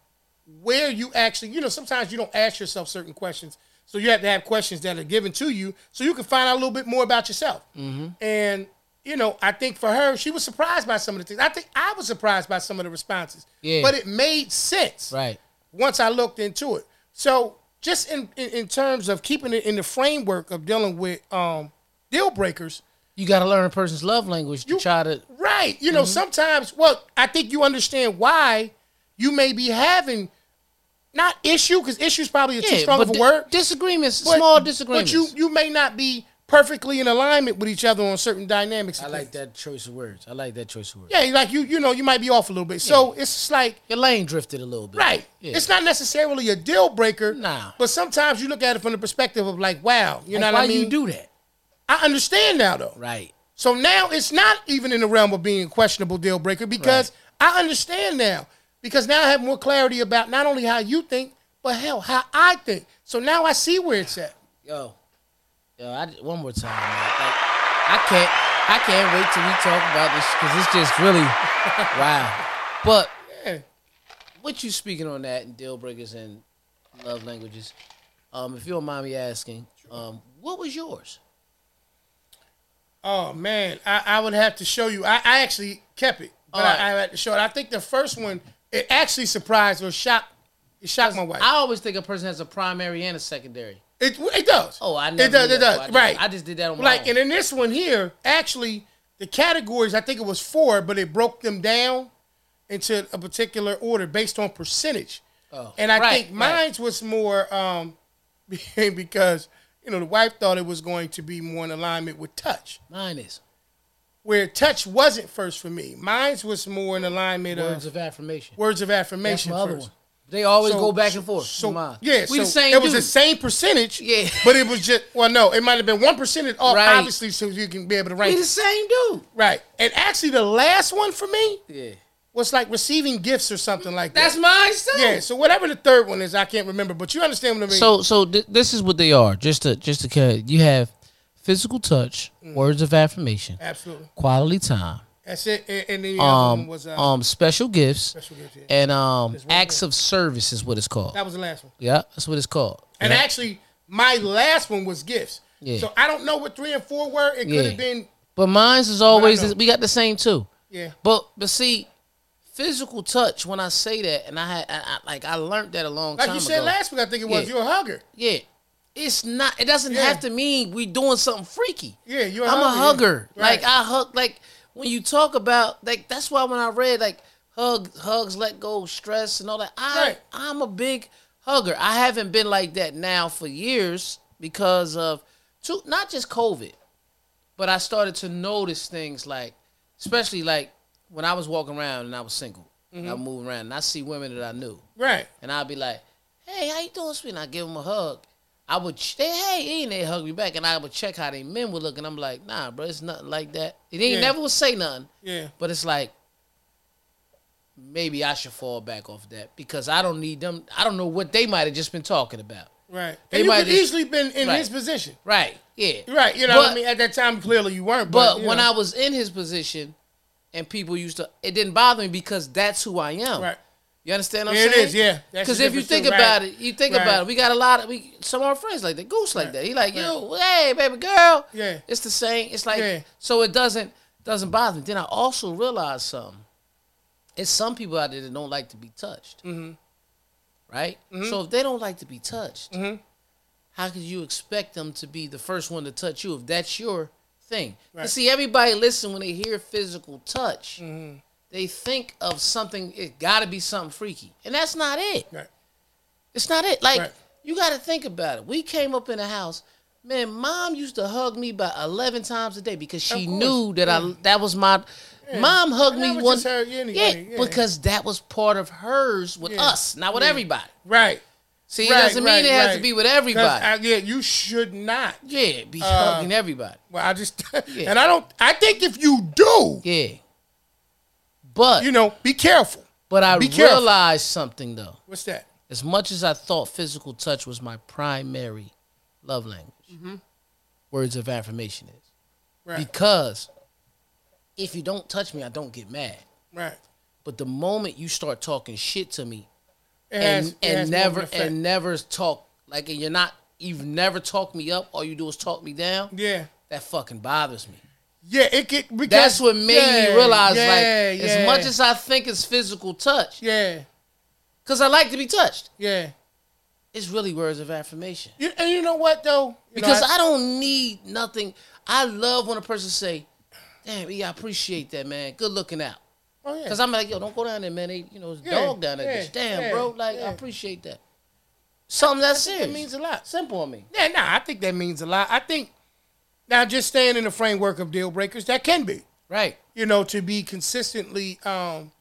Speaker 2: where you actually you know sometimes you don't ask yourself certain questions so you have to have questions that are given to you so you can find out a little bit more about yourself
Speaker 1: Mm-hmm.
Speaker 2: and you know i think for her she was surprised by some of the things i think i was surprised by some of the responses
Speaker 1: Yeah.
Speaker 2: but it made sense
Speaker 1: Right.
Speaker 2: once I looked into it. So just in, in, in terms of keeping it in the framework of dealing with um, deal breakers,
Speaker 1: You got to learn a person's love language to
Speaker 2: You-
Speaker 1: try to.
Speaker 2: right? You know,
Speaker 1: Mm-hmm.
Speaker 2: sometimes, well, I think you understand why you may be having not issue because issue is probably a too
Speaker 1: Yeah,
Speaker 2: strong
Speaker 1: but
Speaker 2: of a
Speaker 1: di-
Speaker 2: word.
Speaker 1: disagreements,
Speaker 2: but-
Speaker 1: small disagreements.
Speaker 2: But you you may not be perfectly in alignment with each other on certain dynamics.
Speaker 1: I like that choice of words. I like that choice of words.
Speaker 2: Yeah, like you you know you might be off a little bit. So it's just like
Speaker 1: Your lane drifted a little bit.
Speaker 2: Right.
Speaker 1: Yeah.
Speaker 2: It's not necessarily a deal breaker.
Speaker 1: Nah.
Speaker 2: But sometimes you look at it from the perspective of like, wow, you know
Speaker 1: Like,
Speaker 2: what
Speaker 1: why
Speaker 2: I mean?
Speaker 1: you do that?
Speaker 2: I understand now though.
Speaker 1: Right.
Speaker 2: So now it's not even in the realm of being a questionable deal breaker because I understand now. Because now I have more clarity about not only how you think, but hell, how I think. So now I see where it's at.
Speaker 1: Yo, yo, I, one more time, man. Like, I can't, I can't wait till we talk about this because it's just really (laughs) wow. But
Speaker 2: Yeah.
Speaker 1: what you speaking on that and deal breakers and love languages? Um, if you don't mind me asking, um, what was yours?
Speaker 2: Oh man, I, I would have to show you. I, I actually kept it, but
Speaker 1: All right.
Speaker 2: I, I had to show it. I think the first one it actually surprised or shocked. It shocked my wife.
Speaker 1: I always think a person has a primary and a secondary.
Speaker 2: it, it does.
Speaker 1: Oh, I never
Speaker 2: It does.
Speaker 1: knew that,
Speaker 2: It
Speaker 1: so I
Speaker 2: does.
Speaker 1: just-
Speaker 2: Right.
Speaker 1: I just did that on my
Speaker 2: like
Speaker 1: own.
Speaker 2: and in this one here actually the categories i think it was four but it broke them down into a particular order based on percentage
Speaker 1: Oh,
Speaker 2: and i
Speaker 1: right,
Speaker 2: think
Speaker 1: right.
Speaker 2: mine's was more um (laughs) because you know the wife thought it was going to be more in alignment with touch
Speaker 1: Mine is
Speaker 2: where touch wasn't first for me mine's was more in alignment
Speaker 1: words
Speaker 2: of
Speaker 1: of affirmation.
Speaker 2: words of
Speaker 1: That's
Speaker 2: affirmation
Speaker 1: my other
Speaker 2: first.
Speaker 1: one. They always
Speaker 2: So-
Speaker 1: go back and forth.
Speaker 2: So
Speaker 1: So mine.
Speaker 2: yeah,
Speaker 1: we
Speaker 2: so
Speaker 1: the same.
Speaker 2: It was
Speaker 1: dude.
Speaker 2: the same percentage.
Speaker 1: Yeah.
Speaker 2: but it was just well, no, it might have been one percentage off,
Speaker 1: Right.
Speaker 2: obviously, so you can be able to rank.
Speaker 1: We
Speaker 2: it.
Speaker 1: the same dude.
Speaker 2: Right. And actually, the last one for me
Speaker 1: Yeah,
Speaker 2: was like receiving gifts or something like
Speaker 1: that's
Speaker 2: that.
Speaker 1: mine too.
Speaker 2: yeah. So whatever the third one is, I can't remember, but you understand what I mean.
Speaker 1: So so th- this is what they are. Just to just to cut. You have physical touch,
Speaker 2: Mm.
Speaker 1: words of affirmation,
Speaker 2: absolutely,
Speaker 1: quality time,
Speaker 2: that's it. And, and then the other one
Speaker 1: um,
Speaker 2: was uh,
Speaker 1: um special gifts,
Speaker 2: special gifts. Yeah.
Speaker 1: and um
Speaker 2: one
Speaker 1: acts of service is what it's called.
Speaker 2: That was the last one.
Speaker 1: Yeah, that's what it's called.
Speaker 2: And actually, my last one was gifts.
Speaker 1: Yeah.
Speaker 2: So I don't know what three and four were. It could
Speaker 1: Yeah.
Speaker 2: have been
Speaker 1: But mine's is always
Speaker 2: know.
Speaker 1: we got the same too.
Speaker 2: yeah.
Speaker 1: But but see, physical touch. When I say that, and I had I, I, like I learned that a long
Speaker 2: Like
Speaker 1: time
Speaker 2: you said
Speaker 1: ago.
Speaker 2: last week, I think it was
Speaker 1: Yeah.
Speaker 2: you're a hugger.
Speaker 1: Yeah. It's not. It doesn't
Speaker 2: Yeah.
Speaker 1: have to mean we doing something freaky.
Speaker 2: Yeah, you're a
Speaker 1: I'm a
Speaker 2: hugger,
Speaker 1: hugger.
Speaker 2: yeah. Right.
Speaker 1: Like I hug. Like when you talk about like that's why when I read like hug hugs let go of stress and all that. I
Speaker 2: Right.
Speaker 1: I'm a big hugger. I haven't been like that now for years because of to not just COVID, but I started to notice things like, especially like when I was walking around and I was single, and
Speaker 2: Mm-hmm.
Speaker 1: I moved around and I see women that I knew,
Speaker 2: Right.
Speaker 1: and I'd be like, "Hey, how you doing, sweetie?" And I give them a hug. I would ch- they hey, ain't they hug me back, and I would check how they men would look, and I'm like, "Nah, bro, it's nothing like that." It ain't
Speaker 2: Yeah.
Speaker 1: never would say nothing,
Speaker 2: Yeah.
Speaker 1: but it's like maybe I should fall back off that because I don't need them. I don't know what they might have just been talking about.
Speaker 2: Right.
Speaker 1: They
Speaker 2: and you
Speaker 1: might
Speaker 2: could
Speaker 1: just-
Speaker 2: easily been in
Speaker 1: Right.
Speaker 2: his position.
Speaker 1: Right? Yeah.
Speaker 2: Right. You know what I
Speaker 1: But-
Speaker 2: mean? At that time, clearly you weren't. But,
Speaker 1: But when I was in his position, and people used to, it didn't bother me because that's who I am.
Speaker 2: Right.
Speaker 1: You understand what
Speaker 2: Yeah,
Speaker 1: I'm
Speaker 2: it
Speaker 1: saying?
Speaker 2: is, yeah. That's
Speaker 1: Because
Speaker 2: the
Speaker 1: if you
Speaker 2: difference
Speaker 1: think
Speaker 2: too, right.
Speaker 1: about it, you think
Speaker 2: Right.
Speaker 1: about it. We got a lot of we some of our friends like that, goose like that. He like yo, hey baby girl.
Speaker 2: Yeah.
Speaker 1: It's the same. It's like
Speaker 2: Yeah.
Speaker 1: so it doesn't doesn't bother me. Then I also realized something. It's some people out there that don't like to be touched. Mm-hmm. Right.
Speaker 2: Mm-hmm.
Speaker 1: So if they don't like to be touched, how could you expect them to be the first one to touch you if that's your thing?
Speaker 2: Right.
Speaker 1: And see, everybody listen when they hear physical touch,
Speaker 2: Mm-hmm.
Speaker 1: they think of something. It got to be something freaky, and that's not it.
Speaker 2: Right.
Speaker 1: It's not it. Like
Speaker 2: Right.
Speaker 1: you got to think about it. We came up in the house. Man, mom used to hug me about eleven times a day because she
Speaker 2: Of course,
Speaker 1: knew that I that was my mom hugged
Speaker 2: And
Speaker 1: me
Speaker 2: that was
Speaker 1: one
Speaker 2: just her anyway, yeah.
Speaker 1: because that was part of hers with
Speaker 2: Yeah.
Speaker 1: us, not with everybody.
Speaker 2: Right.
Speaker 1: See,
Speaker 2: Right,
Speaker 1: it doesn't mean
Speaker 2: right,
Speaker 1: it has
Speaker 2: right.
Speaker 1: to be with
Speaker 2: 'Cause
Speaker 1: everybody.
Speaker 2: I, yeah, you should not.
Speaker 1: yeah,
Speaker 2: Uh,
Speaker 1: be hugging everybody.
Speaker 2: Well, I just (laughs)
Speaker 1: Yeah.
Speaker 2: and I don't. I think if you do,
Speaker 1: Yeah. But
Speaker 2: you know, be careful.
Speaker 1: but I
Speaker 2: be careful.
Speaker 1: realized something though.
Speaker 2: What's that?
Speaker 1: As much as I thought physical touch was my primary love language, words of affirmation is.
Speaker 2: Mm-hmm. Right.
Speaker 1: Because if you don't touch me, I don't get mad.
Speaker 2: right.
Speaker 1: But the moment you start talking shit to me
Speaker 2: It
Speaker 1: and
Speaker 2: has- it
Speaker 1: and
Speaker 2: has more of an
Speaker 1: never
Speaker 2: effect.
Speaker 1: and never talk like and you're not you've never talked me up, all you do is talk me down,
Speaker 2: yeah.
Speaker 1: that fucking bothers me.
Speaker 2: Yeah, it could. Because,
Speaker 1: That's what made
Speaker 2: yeah,
Speaker 1: me realize
Speaker 2: yeah,
Speaker 1: like
Speaker 2: yeah,
Speaker 1: as much as I think it's physical touch,
Speaker 2: yeah,
Speaker 1: because I like to be touched.
Speaker 2: yeah.
Speaker 1: It's really words of affirmation.
Speaker 2: You, and you know what though? You know,
Speaker 1: Because I, don't need nothing. I love when a person say, "Damn, yeah, I appreciate that, man. Good looking out."
Speaker 2: oh, yeah.
Speaker 1: Because I'm like, yo, don't go down there, man. They, you know, it's
Speaker 2: Yeah,
Speaker 1: dog down there.
Speaker 2: yeah,
Speaker 1: bitch. Damn,
Speaker 2: yeah,
Speaker 1: bro. Like,
Speaker 2: yeah.
Speaker 1: I appreciate that. Something that's serious.
Speaker 2: it means a lot.
Speaker 1: Simple on me.
Speaker 2: Yeah, nah, I think that means a lot. I think now just staying in the framework of deal breakers, that can be,
Speaker 1: Right.
Speaker 2: you know, to be consistently, um,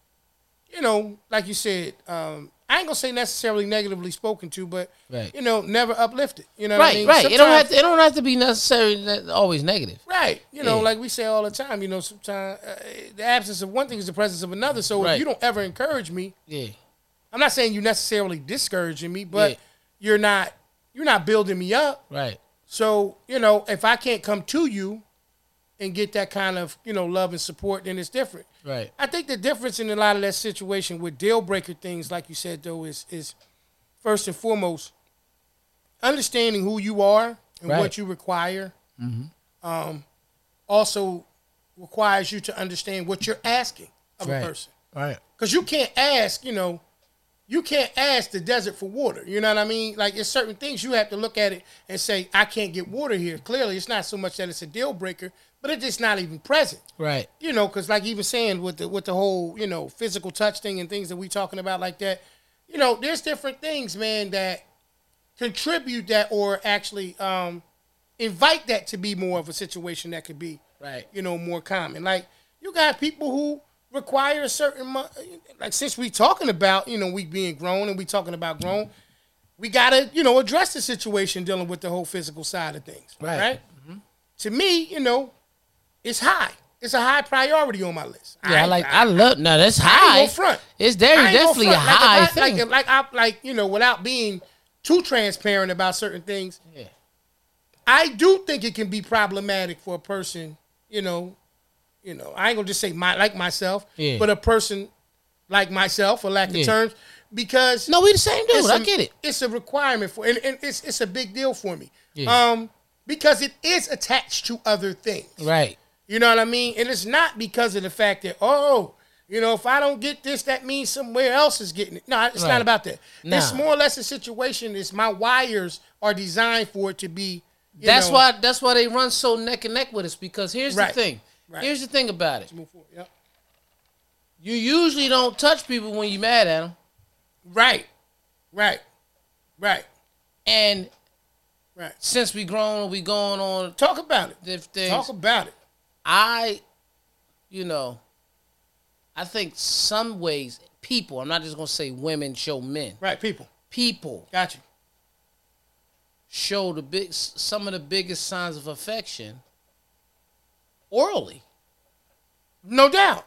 Speaker 2: you know, like you said, um, I ain't gonna say necessarily negatively spoken to, but
Speaker 1: Right.
Speaker 2: you know, never uplifted. You know, what I
Speaker 1: Right.
Speaker 2: mean?
Speaker 1: right. It don't
Speaker 2: Sometimes-
Speaker 1: have to. It don't have to be necessarily ne- always negative.
Speaker 2: Right. You know,
Speaker 1: Yeah.
Speaker 2: like we say all the time, you know, sometimes uh, the absence of one thing is the presence of another. So if
Speaker 1: Right.
Speaker 2: you don't ever encourage me,
Speaker 1: Yeah.
Speaker 2: I'm not saying you necessarily discouraging me, but
Speaker 1: Yeah.
Speaker 2: you're not you're not building me up.
Speaker 1: Right.
Speaker 2: So, you know, if I can't come to you and get that kind of, you know, love and support, then it's different.
Speaker 1: Right.
Speaker 2: I think the difference in a lot of that situation with deal breaker things, like you said though, is is first and foremost understanding who you are and
Speaker 1: Right. Mm-hmm.
Speaker 2: what you require. Um, also requires you to understand what you're asking of
Speaker 1: Right.
Speaker 2: a person,
Speaker 1: Right.
Speaker 2: because you can't ask, you know, you can't ask the desert for water. You know what I mean? Like it's certain things you have to look at it and say, I can't get water here. Clearly, it's not so much that it's a deal breaker, but it's just not even present
Speaker 1: Right.
Speaker 2: you know, because like even saying with the with the whole you know physical touch thing and things that we talking about like that, you know, there's different things, man, that contribute that or actually um, invite that to be more of a situation that could be
Speaker 1: Right.
Speaker 2: you know more common. Like you got people who require a certain mu- like since we talking about you know we being grown and we talking about grown, we gotta you know address the situation dealing with the whole physical side of things,
Speaker 1: Right.
Speaker 2: right? To me, you know, it's high. It's a high priority on my list.
Speaker 1: Yeah. I, like. I,
Speaker 2: I,
Speaker 1: love. No, that's
Speaker 2: I
Speaker 1: high.
Speaker 2: ain't gonna front.
Speaker 1: It's there.
Speaker 2: I ain't gonna
Speaker 1: Definitely a
Speaker 2: front. Like, if
Speaker 1: high
Speaker 2: I-
Speaker 1: thing.
Speaker 2: Like, like I like you know without being too transparent about certain things.
Speaker 1: yeah.
Speaker 2: I do think it can be problematic for a person, you know, you know, I ain't gonna just say my like myself,
Speaker 1: Yeah.
Speaker 2: but a person like myself, for lack of
Speaker 1: Yeah.
Speaker 2: terms, because
Speaker 1: No, we the same dude.
Speaker 2: it's
Speaker 1: I
Speaker 2: a-
Speaker 1: get it.
Speaker 2: It's a requirement for, and, and it's it's a big deal for me,
Speaker 1: Yeah.
Speaker 2: um, because it is attached to other things.
Speaker 1: Right.
Speaker 2: You know what I mean? And it's not because of the fact that, oh, you know, if I don't get this, that means somewhere else is getting it. No, it's
Speaker 1: Right.
Speaker 2: not about that.
Speaker 1: Nah.
Speaker 2: It's more or less a situation is my wires are designed for it to be. you
Speaker 1: That's
Speaker 2: know-
Speaker 1: why. That's why they run so neck and neck with us. Because here's the
Speaker 2: Right.
Speaker 1: thing.
Speaker 2: Right.
Speaker 1: Here's the thing about it.
Speaker 2: Move forward, yep.
Speaker 1: You usually don't touch people when you're mad at them,
Speaker 2: Right, right, right,
Speaker 1: and
Speaker 2: Right.
Speaker 1: Since we grown, we going on
Speaker 2: Talk about it.
Speaker 1: different things.
Speaker 2: Talk about it.
Speaker 1: I, you know, I think some ways people. I'm not just gonna say women show men.
Speaker 2: Right, people.
Speaker 1: People
Speaker 2: Got you.
Speaker 1: show the big some of the biggest signs of affection orally.
Speaker 2: No doubt.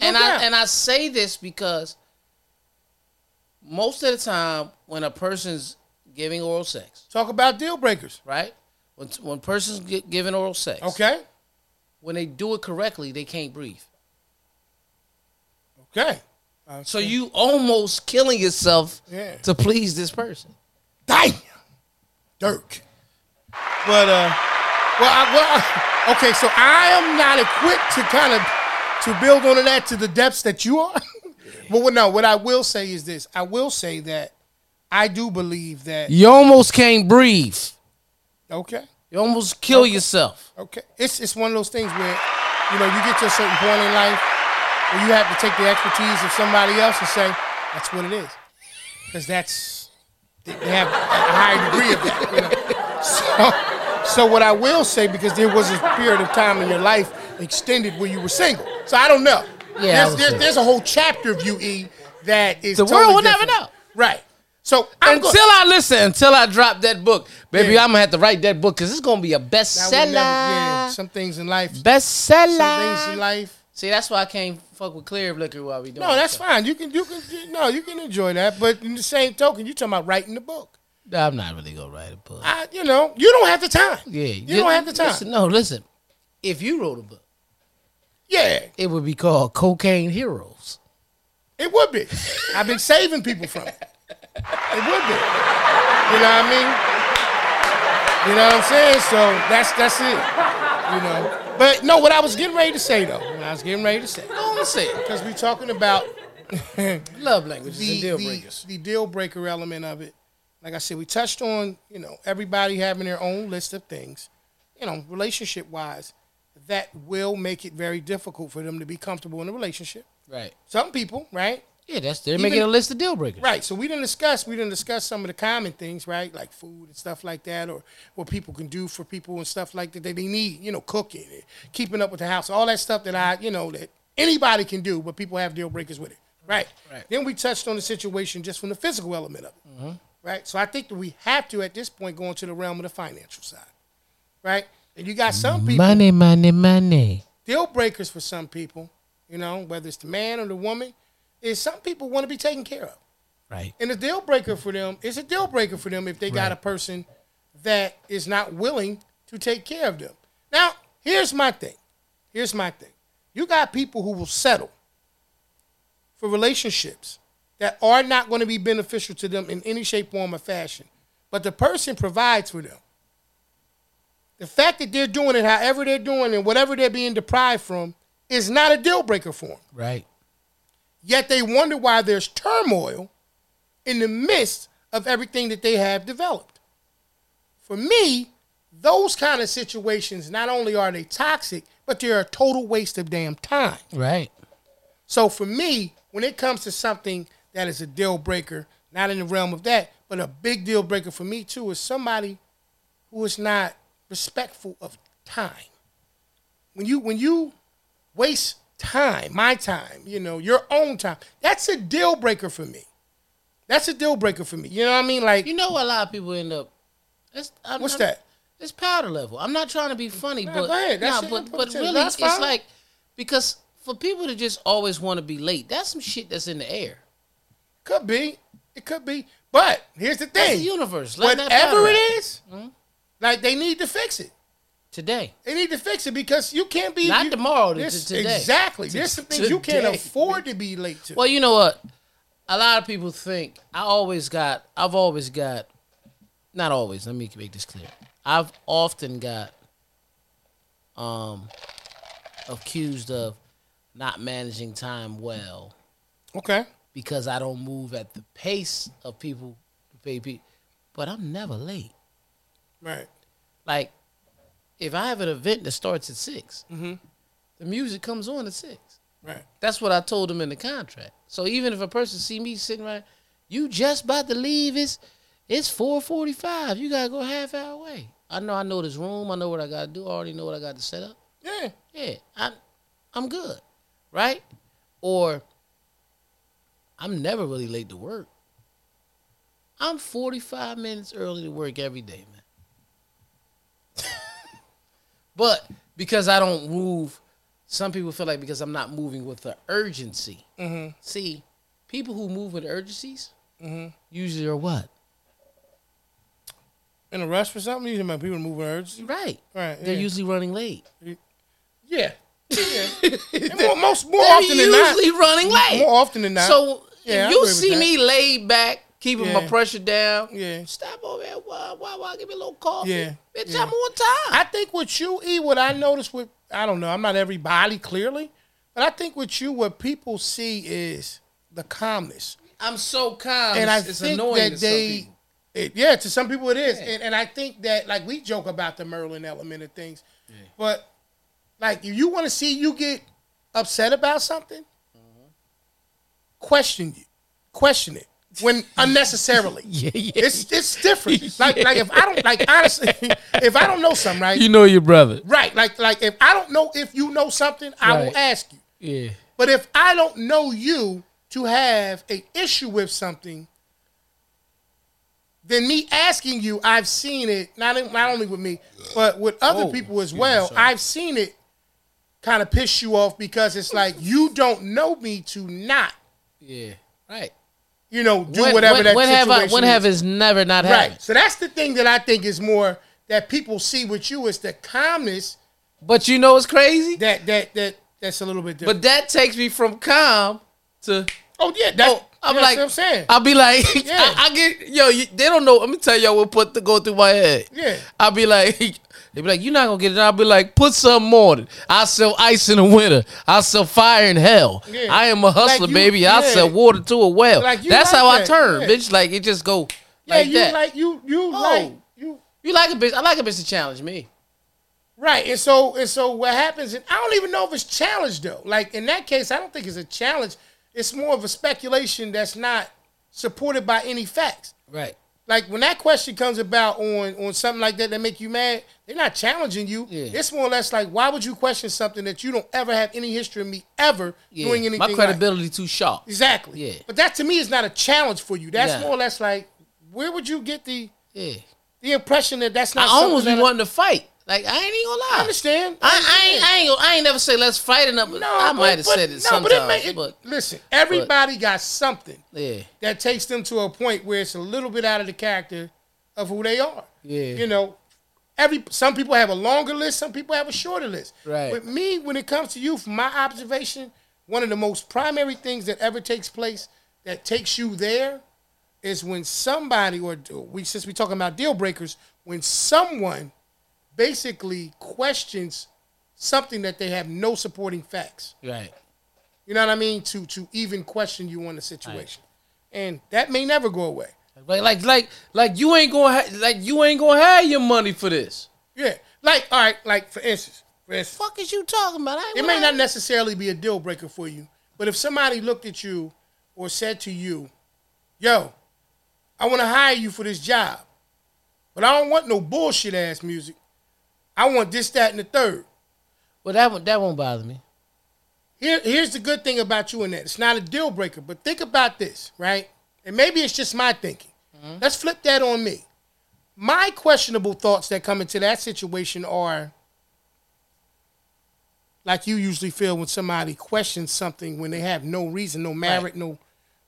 Speaker 2: No
Speaker 1: and
Speaker 2: doubt.
Speaker 1: I and I say this because most of the time when a person's giving oral sex,
Speaker 2: Talk about deal breakers.
Speaker 1: right? When when person's gi- giving oral sex,
Speaker 2: Okay.
Speaker 1: when they do it correctly, they can't breathe.
Speaker 2: Okay. Uh,
Speaker 1: So you almost killing yourself
Speaker 2: Yeah.
Speaker 1: to please this person.
Speaker 2: damn, Dirk. But uh, well, I, well, I- okay. So I am not equipped to kind of to build on that to the depths that you are. (laughs) but what, no, what I will say is this: I will say that I do believe that.
Speaker 1: You almost can't breathe.
Speaker 2: Okay.
Speaker 1: You almost kill yourself.
Speaker 2: Okay. It's it's one of those things where, you know, you get to a certain point in life where you have to take the expertise of somebody else and say, that's what it is. Because that's they they have a higher degree of that. You know? so, so what I will say, because there was a period of time in your life extended where you were single. So I don't know.
Speaker 1: Yeah, I
Speaker 2: There's,
Speaker 1: was
Speaker 2: there's,
Speaker 1: single.
Speaker 2: there's a whole chapter of you, E, that is
Speaker 1: The world
Speaker 2: totally
Speaker 1: will never
Speaker 2: different.
Speaker 1: know.
Speaker 2: Right. So I'm
Speaker 1: until
Speaker 2: go-
Speaker 1: I listen, until I drop that book, baby,
Speaker 2: Yeah.
Speaker 1: I'm gonna have to write that book because it's gonna be a
Speaker 2: I will never- yeah,
Speaker 1: bestseller.
Speaker 2: some things in life. Some things in
Speaker 1: Bestseller.
Speaker 2: life.
Speaker 1: See, that's why I can't fuck with clear liquor while we doing.
Speaker 2: No, that's
Speaker 1: this.
Speaker 2: fine. You can you can you- no, you can enjoy that. But in the same token, you talking about writing the book.
Speaker 1: No, I'm not really gonna write a book.
Speaker 2: I, you know, you don't have the time.
Speaker 1: yeah,
Speaker 2: you don't have the time.
Speaker 1: Listen, no, listen. If you wrote a book,
Speaker 2: Yeah,
Speaker 1: it would be called Cocaine Heroes.
Speaker 2: it would be. I've been saving people from it. It would be. You know what I mean? You know what I'm saying? So that's that's it. You know. But no, what I was getting ready to say though, what I was getting ready to say,
Speaker 1: Go on, say it.
Speaker 2: because we're talking about
Speaker 1: Love languages
Speaker 2: the,
Speaker 1: and deal
Speaker 2: the-
Speaker 1: breakers.
Speaker 2: the deal breaker element of it. Like I said, we touched on, you know, everybody having their own list of things, you know, relationship wise, that will make it very difficult for them to be comfortable in a relationship.
Speaker 1: Right.
Speaker 2: Some people, right?
Speaker 1: Yeah, that's they're making a list of deal breakers.
Speaker 2: Right. So we didn't discuss we didn't discuss some of the common things, right? Like food and stuff like that, or what people can do for people and stuff like that that they need, you know, cooking and keeping up with the house, all that stuff that I, you know, that anybody can do, but people have deal breakers with it. Right.
Speaker 1: Right. Mm-hmm.
Speaker 2: Then we touched on the situation just from the physical element of it. Right. So I think that we have to at this point go into the realm of the financial side. Right? And you got some people
Speaker 1: Money, money, money.
Speaker 2: deal breakers for some people, you know, whether it's the man or the woman, is some people want to be taken care of.
Speaker 1: Right.
Speaker 2: And a deal breaker for them, it's a deal breaker for them if they got a person that is not willing to take care of them. Now, here's my thing. Here's my thing. You got people who will settle for relationships that are not going to be beneficial to them in any shape, form, or fashion. But the person provides for them. The fact that they're doing it however they're doing and whatever they're being deprived from is not a deal breaker for them.
Speaker 1: Right.
Speaker 2: Yet they wonder why there's turmoil in the midst of everything that they have developed. For me, those kind of situations not only are they toxic, but they're a total waste of damn time.
Speaker 1: Right.
Speaker 2: So for me, when it comes to something that is a deal breaker, not in the realm of that, but a big deal breaker for me too is somebody who is not respectful of time. When you when you waste time, my time, you know, your own time, that's a deal breaker for me. That's a deal breaker for me. You know what I mean? Like
Speaker 1: You know, a lot of people end up. It's, I'm,
Speaker 2: What's
Speaker 1: I'm-
Speaker 2: that?
Speaker 1: It's powder level. I'm not trying to be funny,
Speaker 2: Nah,
Speaker 1: but
Speaker 2: go ahead. That's
Speaker 1: nah,
Speaker 2: it.
Speaker 1: but,
Speaker 2: Put
Speaker 1: but
Speaker 2: it to-
Speaker 1: really,
Speaker 2: that's
Speaker 1: it's
Speaker 2: fine.
Speaker 1: like because for people to just always want to be late, that's some shit that's in the air.
Speaker 2: could be, it could be. But here's the
Speaker 1: That's
Speaker 2: thing:
Speaker 1: the universe. Let that Mm-hmm.
Speaker 2: whatever
Speaker 1: powder out.
Speaker 2: it is, like they need to fix it.
Speaker 1: today,
Speaker 2: They need to fix it because you can't be
Speaker 1: Not
Speaker 2: you-
Speaker 1: tomorrow, to-
Speaker 2: There's-
Speaker 1: to today.
Speaker 2: Exactly. There's some things you can't
Speaker 1: today.
Speaker 2: afford to be late to.
Speaker 1: Well, you know what? A lot of people think I always got. I've always got. Not always. Let me make this clear. I've often got um accused of not managing time well
Speaker 2: Okay.
Speaker 1: because I don't move at the pace of people. Baby, but I'm never late.
Speaker 2: Right.
Speaker 1: Like if I have an event that starts at 6 the music comes on at six.
Speaker 2: Right.
Speaker 1: That's what I told them in the contract. So even if a person see me sitting right, you just about to leave, it's It's four forty five. You gotta go half hour away. I know I know this room. I know what I gotta do. I already know what I got to set up.
Speaker 2: Yeah.
Speaker 1: Yeah, I'm I'm good. Right? Or I'm never really late to work. I'm forty five minutes early to work every day, man. (laughs) but because I don't move, some people feel like because I'm not moving with the urgency.
Speaker 2: Mm-hmm.
Speaker 1: See, people who move with urgencies
Speaker 2: Mm-hmm.
Speaker 1: usually are what?
Speaker 2: In a rush for something, usually my people move urge.
Speaker 1: Right.
Speaker 2: Right.
Speaker 1: They're
Speaker 2: yeah.
Speaker 1: usually running late.
Speaker 2: yeah.
Speaker 1: (laughs)
Speaker 2: And more, most more
Speaker 1: They're
Speaker 2: often than not.
Speaker 1: usually running late.
Speaker 2: More often than not.
Speaker 1: So
Speaker 2: Yeah, I
Speaker 1: if you
Speaker 2: agree with
Speaker 1: see
Speaker 2: that.
Speaker 1: me laid back, keeping my
Speaker 2: Yeah.
Speaker 1: pressure down.
Speaker 2: Yeah.
Speaker 1: Stop over there. Why? Why? Why? Give me a little coffee.
Speaker 2: Yeah,
Speaker 1: Bitch,
Speaker 2: yeah.
Speaker 1: I'm on time.
Speaker 2: I think with you, E, what I noticed with I don't know, I'm not everybody clearly, but I think with you, what people see is the calmness,
Speaker 1: I'm so calm. it's,
Speaker 2: and I
Speaker 1: it's
Speaker 2: think
Speaker 1: annoying
Speaker 2: that
Speaker 1: to some
Speaker 2: they,
Speaker 1: people.
Speaker 2: it, yeah, to some people it is,
Speaker 1: Yeah.
Speaker 2: and and I think that like we joke about the Merlin element of things, but like if you want to see you get upset about something,
Speaker 1: Mm-hmm.
Speaker 2: question you, question it
Speaker 1: (laughs)
Speaker 2: when unnecessarily.
Speaker 1: Yeah, yeah.
Speaker 2: It's it's
Speaker 1: (laughs)
Speaker 2: different. Like like if I don't like honestly, (laughs) if I don't know something right,
Speaker 1: know your brother.
Speaker 2: Right. Like like if I don't know if you know something, I
Speaker 1: Right.
Speaker 2: will ask you.
Speaker 1: Yeah.
Speaker 2: But if I don't know you to have a issue with something, then me asking you, I've seen it not in- not only with me, but with other
Speaker 1: Oh,
Speaker 2: people as
Speaker 1: excuse me,
Speaker 2: well.
Speaker 1: sorry.
Speaker 2: I've seen it kind of piss you off because it's like you don't know me to not,
Speaker 1: Yeah. Right.
Speaker 2: you know, do
Speaker 1: When-
Speaker 2: whatever
Speaker 1: when,
Speaker 2: that
Speaker 1: when have
Speaker 2: situation
Speaker 1: I, when
Speaker 2: is.
Speaker 1: have it's never not happened?
Speaker 2: right. So that's the thing that I think is more that people see with you is the calmness
Speaker 1: But you know it's crazy.
Speaker 2: that that that that's a little bit different.
Speaker 1: but that takes me from calm to
Speaker 2: Oh yeah, that's,
Speaker 1: Oh, I'm
Speaker 2: that's
Speaker 1: like,
Speaker 2: what I'm saying.
Speaker 1: I'll be like, (laughs)
Speaker 2: Yeah.
Speaker 1: I, I get yo. You, they don't know. Let me tell y'all what put the go through my head.
Speaker 2: Yeah.
Speaker 1: I'll be like, (laughs) they be like, you're not gonna get it. I'll be like, put something on it. I sell ice in the winter. I sell fire in hell.
Speaker 2: Yeah.
Speaker 1: I am a hustler,
Speaker 2: Like you-
Speaker 1: baby. I
Speaker 2: yeah.
Speaker 1: sell water to a well.
Speaker 2: Like you
Speaker 1: That's
Speaker 2: like
Speaker 1: how I
Speaker 2: that,
Speaker 1: turn,
Speaker 2: yeah.
Speaker 1: bitch. Like it just go
Speaker 2: yeah,
Speaker 1: like
Speaker 2: you
Speaker 1: that. Oh.
Speaker 2: like you you like you
Speaker 1: you like a bitch. I like a bitch to challenge me.
Speaker 2: right. And so and so what happens? And I don't even know if it's challenge though. Like in that case, I don't think it's a challenge. It's more of a speculation that's not supported by any facts.
Speaker 1: Right.
Speaker 2: Like when that question comes about on on something like that that make you mad, they're not challenging you.
Speaker 1: Yeah.
Speaker 2: It's more or less like why would you question something that you don't ever have any history of me ever
Speaker 1: Yeah.
Speaker 2: doing anything?
Speaker 1: My
Speaker 2: like?
Speaker 1: credibility too sharp.
Speaker 2: Exactly.
Speaker 1: Yeah.
Speaker 2: But that to me is not a challenge for you. That's
Speaker 1: Yeah.
Speaker 2: more or less like where would you get the
Speaker 1: Yeah.
Speaker 2: the impression that that's
Speaker 1: I
Speaker 2: not.
Speaker 1: almost
Speaker 2: something
Speaker 1: be
Speaker 2: that
Speaker 1: wanting to fight. Like I ain't even gonna lie.
Speaker 2: I understand.
Speaker 1: I, I, ain't, I ain't gonna- I ain't never say let's fight it up.
Speaker 2: no,
Speaker 1: I
Speaker 2: but-
Speaker 1: might have
Speaker 2: but-
Speaker 1: said it
Speaker 2: no,
Speaker 1: sometimes,
Speaker 2: But it may, it,
Speaker 1: but
Speaker 2: listen, everybody got something
Speaker 1: yeah,
Speaker 2: that takes them to a point where it's a little bit out of the character of who they are.
Speaker 1: Yeah.
Speaker 2: You know, every some people have a longer list, some people have a shorter list.
Speaker 1: Right.
Speaker 2: With me, when it comes to you, from my observation, one of the most primary things that ever takes place that takes you there is when somebody or we since we talking about deal breakers, when someone basically questions something that they have no supporting facts.
Speaker 1: right.
Speaker 2: You know what I mean? To to even question you on the situation, and that may never go away.
Speaker 1: Like like like like you ain't gonna ha- like you ain't gonna have your money for this.
Speaker 2: Yeah, like all right, like for instance, for instance,
Speaker 1: Fuck is you talking about? I ain't
Speaker 2: it
Speaker 1: gonna
Speaker 2: may not
Speaker 1: have-
Speaker 2: necessarily be a deal breaker for you, but if somebody looked at you or said to you, "Yo, I want to hire you for this job, but I don't want no bullshit ass music. I want this, that, and the third.
Speaker 1: Well, that won't that won't bother me.
Speaker 2: Here, here's the good thing about you in that it's not a deal breaker, but think about this, right? And maybe it's just my thinking. Let's flip that on me. My questionable thoughts that come into that situation are like you usually feel when somebody questions something when they have no reason, no merit, no,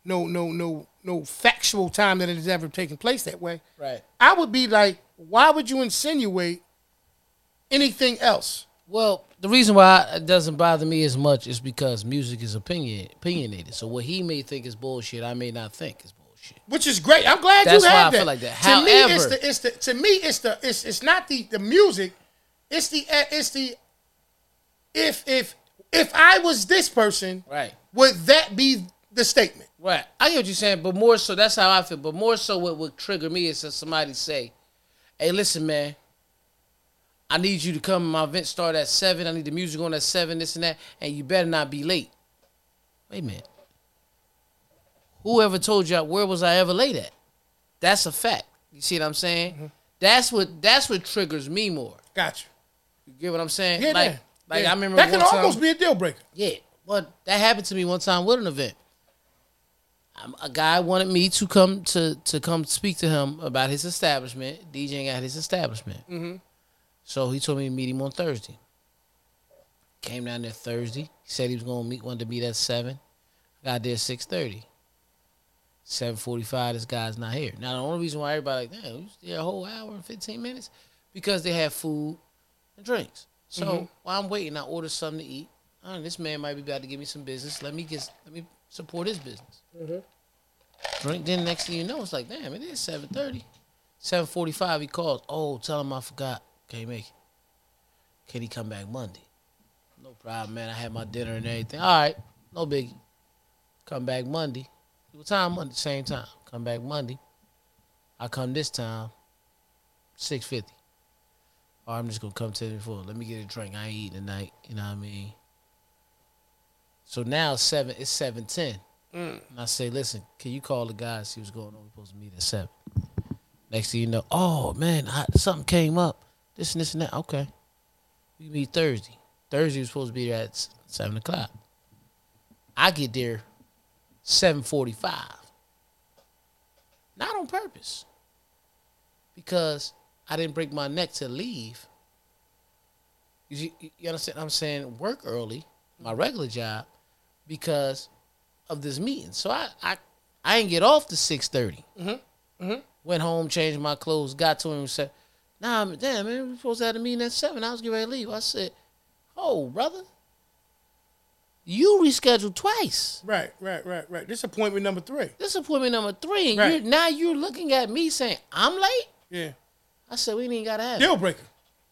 Speaker 2: no, no, no, no factual time that it has ever taken place that way.
Speaker 1: Right.
Speaker 2: I would be like, why would you insinuate anything else?
Speaker 1: Well, the reason why it doesn't bother me as much is because music is opinion opinionated. So what he may think is bullshit, I may not think is bullshit.
Speaker 2: which is great. I'm glad
Speaker 1: That's
Speaker 2: you
Speaker 1: why
Speaker 2: had
Speaker 1: I
Speaker 2: that.
Speaker 1: feel like that.
Speaker 2: To me, it's
Speaker 1: However-
Speaker 2: the, it's the to me it's the it's it's not the the music. It's the eh, it's the if if if I was this person,
Speaker 1: Right.
Speaker 2: would that be the statement?
Speaker 1: Right. I get what you're saying, but more so that's how I feel. But more so what would trigger me is if somebody say, Hey, listen, man, I need you to come. My event start at seven. I need the music on at seven, this and that, and you better not be late. Wait a minute. Whoever told y'all where was I ever late at? That's a fact. You see what I'm saying?
Speaker 2: Mm-hmm.
Speaker 1: That's what that's what triggers me more.
Speaker 2: Gotcha.
Speaker 1: You get what I'm saying?
Speaker 2: Yeah,
Speaker 1: like
Speaker 2: yeah.
Speaker 1: like
Speaker 2: Yeah.
Speaker 1: I remember
Speaker 2: that can
Speaker 1: one time-
Speaker 2: almost be a deal breaker.
Speaker 1: Yeah, well, that happened to me one time with an event. Um, A guy wanted me to come to to come speak to him about his establishment, DJing at his establishment. So he told me to meet him on Thursday. Came down there Thursday. He said he was gonna meet one to meet at seven. Got there six thirty. Seven forty five. This guy's not here. Now the only reason why everybody like damn, he was there a whole hour and fifteen minutes, because they had food and drinks. So while I'm waiting, I ordered something to eat. All right, Uh, this man might be about to give me some business. Let me get let me support his business. Drink. Then next thing you know, it's like damn, it is seven thirty. Seven forty five. He calls. Oh, tell him I forgot. Can't make it. Can he come back Monday? No problem, man. I had my dinner and everything. All right, no biggie. Come back Monday. What time Monday? Same time. Come back Monday. I come this time. Six fifty. Or I'm just gonna come to the full. Let me get a drink. I ain't eating tonight. You know what I mean? So now it's seven. It's seven ten. And I say, listen, can you call the guy? See what's going on. We're supposed to meet at seven. Next thing you know, oh man, I, something came up. This and this and that. Okay, we meet Thursday. Thursday was supposed to be there at s- seven o'clock. I get there seven forty-five. Not on purpose, because I didn't break my neck to leave. You, see- you- you understand? what I'm saying work early, my regular job, because of this meeting. So I I, I didn't get off to six Went home, changed my clothes, got to him and said, "Nah, man, damn man, we supposed to have a meeting at seven. I was getting ready to leave." I said, "Oh, brother, you rescheduled twice.
Speaker 2: Right, right, right, right. This appointment number three.
Speaker 1: This appointment number three, and
Speaker 2: Right.
Speaker 1: you're, now you're looking at me saying I'm late."
Speaker 2: Yeah.
Speaker 1: I said, "We ain't gotta have it."
Speaker 2: Deal breaker.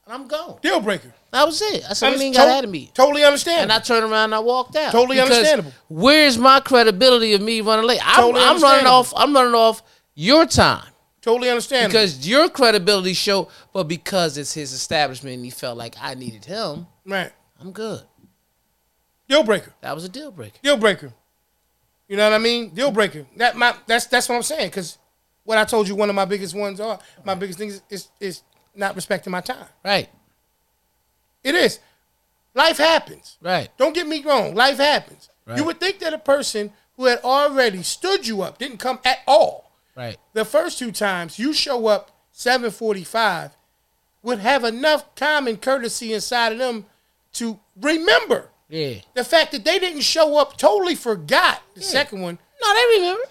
Speaker 1: And I'm gone.
Speaker 2: Deal breaker.
Speaker 1: That was it. I said, "We ain't
Speaker 2: Understand-
Speaker 1: gotta have a meeting."
Speaker 2: Totally understand.
Speaker 1: And I turned around and I walked out.
Speaker 2: Totally
Speaker 1: Because
Speaker 2: understandable.
Speaker 1: Where's my credibility of me running late? I'm,
Speaker 2: Totally
Speaker 1: I'm running
Speaker 2: understandable.
Speaker 1: off. I'm running off your time
Speaker 2: totally understand.
Speaker 1: because your credibility show, but because it's his establishment and he felt like I needed him,
Speaker 2: right.
Speaker 1: I'm good.
Speaker 2: Deal breaker.
Speaker 1: That was a deal breaker.
Speaker 2: Deal breaker. You know what I mean? Deal breaker. That my that's that's what I'm saying. Cause what I told you, one of my biggest ones are my biggest things is is not respecting my time.
Speaker 1: Right.
Speaker 2: It is. Life happens.
Speaker 1: Right.
Speaker 2: Don't get me wrong. Life happens.
Speaker 1: Right.
Speaker 2: You would think that a person who had already stood you up didn't come at all.
Speaker 1: Right.
Speaker 2: The first two times you show up 745 would have enough time and courtesy inside of them to remember
Speaker 1: Yeah.
Speaker 2: the fact that they didn't show up totally forgot the second one.
Speaker 1: No, they remember.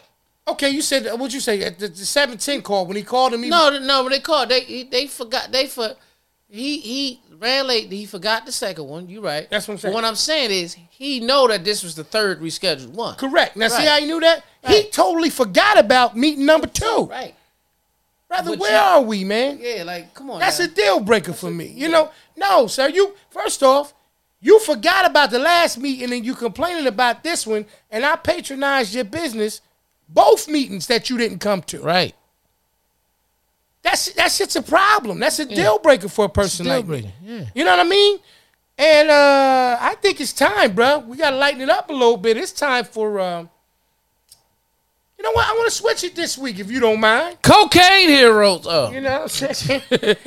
Speaker 2: Okay, you said uh, what'd you say? The, the 710 call when he called him. He,
Speaker 1: No, th- no. When they called, they he- they forgot. They for he he ran late. He forgot the second one. You right.
Speaker 2: That's what I'm
Speaker 1: But
Speaker 2: saying.
Speaker 1: what I'm saying is he know that this was the third rescheduled one.
Speaker 2: correct. Now see
Speaker 1: Right.
Speaker 2: how you knew that? He
Speaker 1: Right.
Speaker 2: totally forgot about meeting number two.
Speaker 1: Right.
Speaker 2: Brother,
Speaker 1: But
Speaker 2: where
Speaker 1: you-
Speaker 2: are we, man?
Speaker 1: Yeah. Like, come on.
Speaker 2: That's
Speaker 1: now.
Speaker 2: a deal breaker for me. You know, no, sir. You first off, you forgot about the last meeting and you complaining about this one, and I patronized your business, both meetings that you didn't come to.
Speaker 1: Right.
Speaker 2: That's that shit's a problem. That's a deal breaker for a person
Speaker 1: deal
Speaker 2: like me.
Speaker 1: breaker, yeah.
Speaker 2: You know what I mean? And uh, I think it's time, bro. We gotta lighten it up a little bit. It's time for. Uh, you know what? I want to switch it this week, if you don't mind.
Speaker 1: Cocaine heroes. Oh.
Speaker 2: You know what I'm saying? (laughs)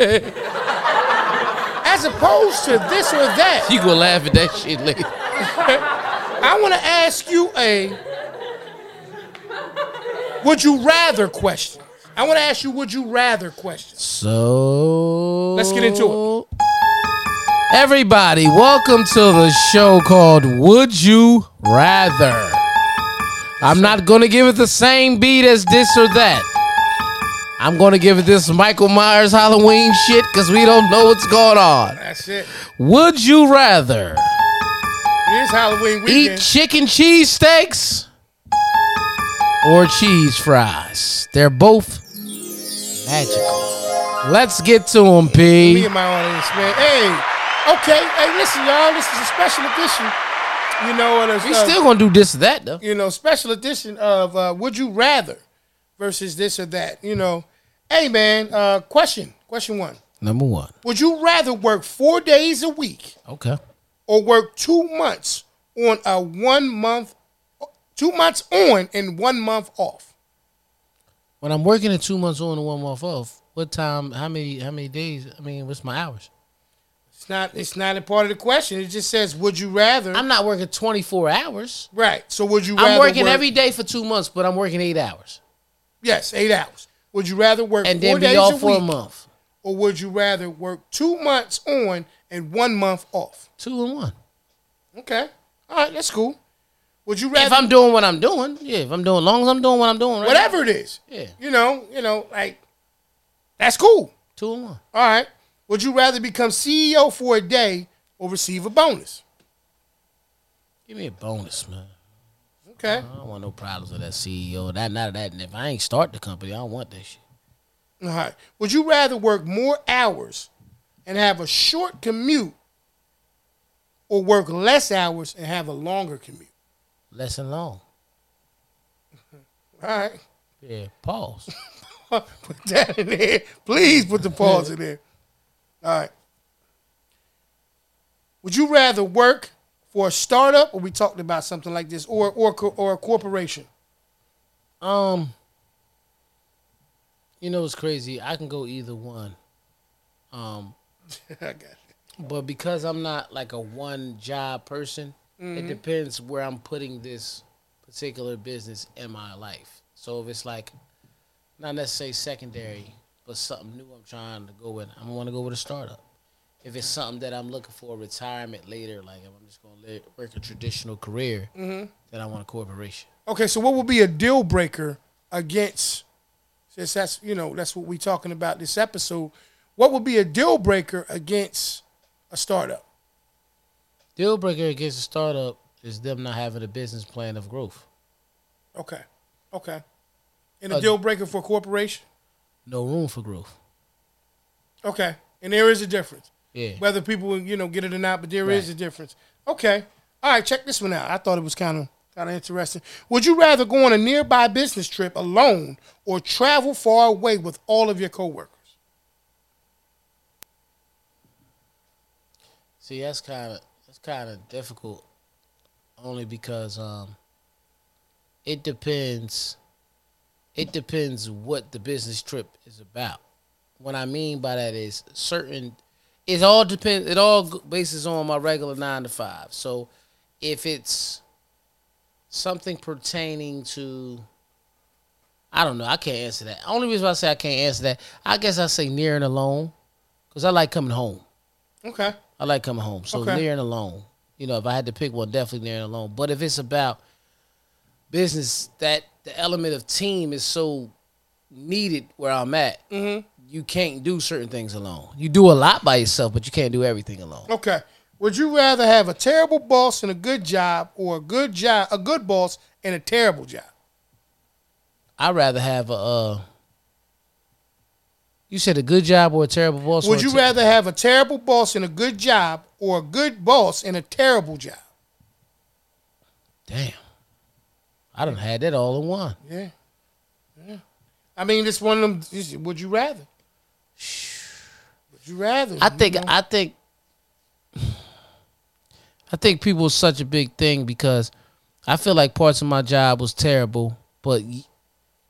Speaker 2: As opposed to this or that,
Speaker 1: You gonna laugh at that shit later.
Speaker 2: I want to ask you a would you rather question. I want to ask you would you rather question.
Speaker 1: So
Speaker 2: Let's get into
Speaker 1: it. Everybody, welcome to the show called Would You Rather. I'm not gonna give it the same beat as this or that. I'm gonna give it this Michael Myers Halloween shit because we don't know what's going on.
Speaker 2: That's it.
Speaker 1: Would you rather
Speaker 2: It is Halloween
Speaker 1: eat
Speaker 2: weekend.
Speaker 1: chicken cheese steaks or cheese fries? They're both magical. Let's get to them, P.
Speaker 2: Me and my audience, man. Hey, okay. Hey, listen, y'all. This is a special edition. You know what I'm
Speaker 1: We still gonna do this or that though.
Speaker 2: you know, special edition of uh, Would You Rather versus this or that. You know, hey man, uh, question, question one:
Speaker 1: Number one.
Speaker 2: Would you rather work four days a week
Speaker 1: Okay.
Speaker 2: or work two months on a one month, two months on and one month off?
Speaker 1: When I'm working in two months on and one month off, what time? How many? How many days? I mean, what's my hours?
Speaker 2: It's not. It's not a part of the question. It just says, "Would you rather?"
Speaker 1: I'm not working 24 hours.
Speaker 2: right. So would you?
Speaker 1: I'm
Speaker 2: rather
Speaker 1: working
Speaker 2: work-
Speaker 1: every day for two months, but I'm working eight hours
Speaker 2: Yes, eight hours. Would you rather work
Speaker 1: and
Speaker 2: four
Speaker 1: then
Speaker 2: days
Speaker 1: be off
Speaker 2: a
Speaker 1: for a
Speaker 2: week,
Speaker 1: month.
Speaker 2: or would you rather work two months on and one month off?
Speaker 1: Two and one.
Speaker 2: Okay. All right. That's cool. Would you
Speaker 1: If
Speaker 2: rather
Speaker 1: I'm doing what I'm doing, yeah. If I'm doing, as long as I'm doing what I'm doing, right?
Speaker 2: whatever it is?
Speaker 1: Yeah.
Speaker 2: You know. You know. Like that's cool.
Speaker 1: Two and one.
Speaker 2: All right. Would you rather become CEO for a day or receive a bonus?
Speaker 1: Give me a bonus, man.
Speaker 2: Okay.
Speaker 1: I don't want no problems with that CEO. That none of that. And if I ain't start the company, I don't want that shit.
Speaker 2: All right. Would you rather work more hours and have a short commute or work less hours and have a longer commute?
Speaker 1: Less and long.
Speaker 2: All right. (laughs)
Speaker 1: Yeah. Pause.
Speaker 2: put that in there. Please put the pause in there. All right. Would you rather work for a startup or we talked about something like this or or co- or a corporation?
Speaker 1: (laughs)
Speaker 2: (laughs)
Speaker 1: Um, you know it's crazy. I can go either one. Um,
Speaker 2: I got it.
Speaker 1: but because I'm not like a one job person, it depends where I'm putting this particular business in my life. So if it's like not necessarily secondary, but something new I'm trying to go with, I'm gonna want to go with a startup. If it's something that I'm looking for retirement later, like if I'm just gonna li- work a traditional career, then I want a corporation.
Speaker 2: Okay, so what would be a deal breaker against since that's you know, that's what we're talking about this episode. What would be a deal breaker against a startup?
Speaker 1: Deal breaker against a startup is them not having a business plan of growth.
Speaker 2: Okay. Okay. And a
Speaker 1: Uh,
Speaker 2: deal breaker for a corporation?
Speaker 1: No room for growth.
Speaker 2: Okay. And there is a difference.
Speaker 1: Yeah.
Speaker 2: whether people you know get it or not, but there is
Speaker 1: Right.
Speaker 2: a difference. Okay, all right, check this one out. I thought it was kind of kind of interesting. Would you rather go on a nearby business trip alone or travel far away with all of your coworkers?
Speaker 1: See, that's kind of that's kind of difficult, only because um, it depends. It depends what the business trip is about. What I mean by that is certain. It all depends. It all g- bases on my regular nine to five. So, if it's something pertaining to, I don't know. I can't answer that. Only reason why I say I can't answer that, I guess I say near and alone, because I like coming home.
Speaker 2: Okay,
Speaker 1: I like coming home. So
Speaker 2: Okay.
Speaker 1: near and alone. You know, if I had to pick one, definitely near and alone. But if it's about business, that the element of team is so needed where I'm at. Mm-hmm. You can't do certain things alone. You do a lot by yourself, but you can't do everything alone.
Speaker 2: okay. Would you rather have a terrible boss and a good job, or a good job, a good boss and a terrible job?
Speaker 1: I'd rather have a. Uh, you said a good job or a terrible boss. or
Speaker 2: Would
Speaker 1: a
Speaker 2: you
Speaker 1: ter-
Speaker 2: rather have a terrible boss and a good job, or a good boss and a terrible job?
Speaker 1: Damn, I done had that all in one.
Speaker 2: Yeah, yeah. I mean, it's one of them. it's- Would you rather? Would you rather? Mm-hmm.
Speaker 1: I
Speaker 2: you
Speaker 1: think
Speaker 2: know?
Speaker 1: I think I think people is such a big thing because I feel like parts of my job was terrible, but y-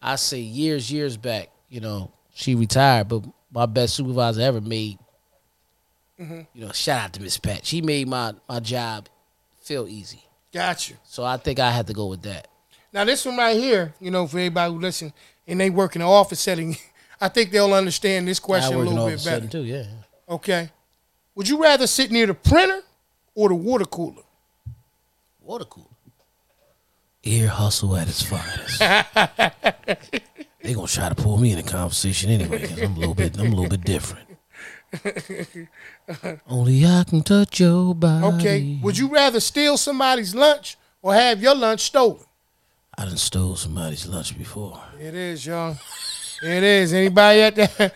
Speaker 1: I say years years back, you know, she retired, but my best supervisor ever made.
Speaker 2: Mm-hmm.
Speaker 1: You know, shout out to Miss Pat. She made my my job feel easy,
Speaker 2: got you.
Speaker 1: so I think I had to go with that.
Speaker 2: Now this one right here, you know, for everybody who listen and they work in an office setting, (laughs) I think they'll understand this question
Speaker 1: I
Speaker 2: a
Speaker 1: work in
Speaker 2: little
Speaker 1: all of a
Speaker 2: bit better.
Speaker 1: sudden too, yeah.
Speaker 2: Okay. Would you rather sit near the printer or the water cooler?
Speaker 1: Water cooler. Ear hustle at its (laughs) finest. they gonna try to pull me in a conversation anyway, cause I'm a little bit, I'm a little bit (laughs) different. Only I can touch your body.
Speaker 2: Okay. Would you rather steal somebody's lunch or have your lunch stolen?
Speaker 1: I done stole somebody's lunch before.
Speaker 2: It is, y'all. It is. Anybody at that at,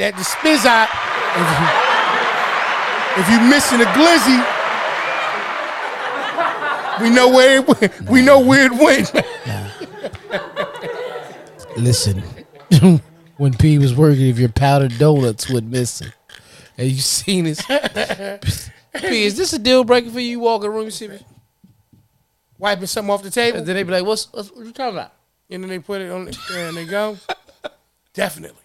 Speaker 2: at the spizz out? If, you, if you missing a glizzy, we know where it went. we know where it went.
Speaker 1: Listen, (laughs) when P was working, if your powdered donuts would miss it, and you seen this, (laughs) P, is this a deal breaker for you? You Walk in the room, you see me,
Speaker 2: Wiping something off the table,
Speaker 1: and then they be like, "What's, what's what you talking about?"
Speaker 2: and then they put it on, the- and they go. Definitely.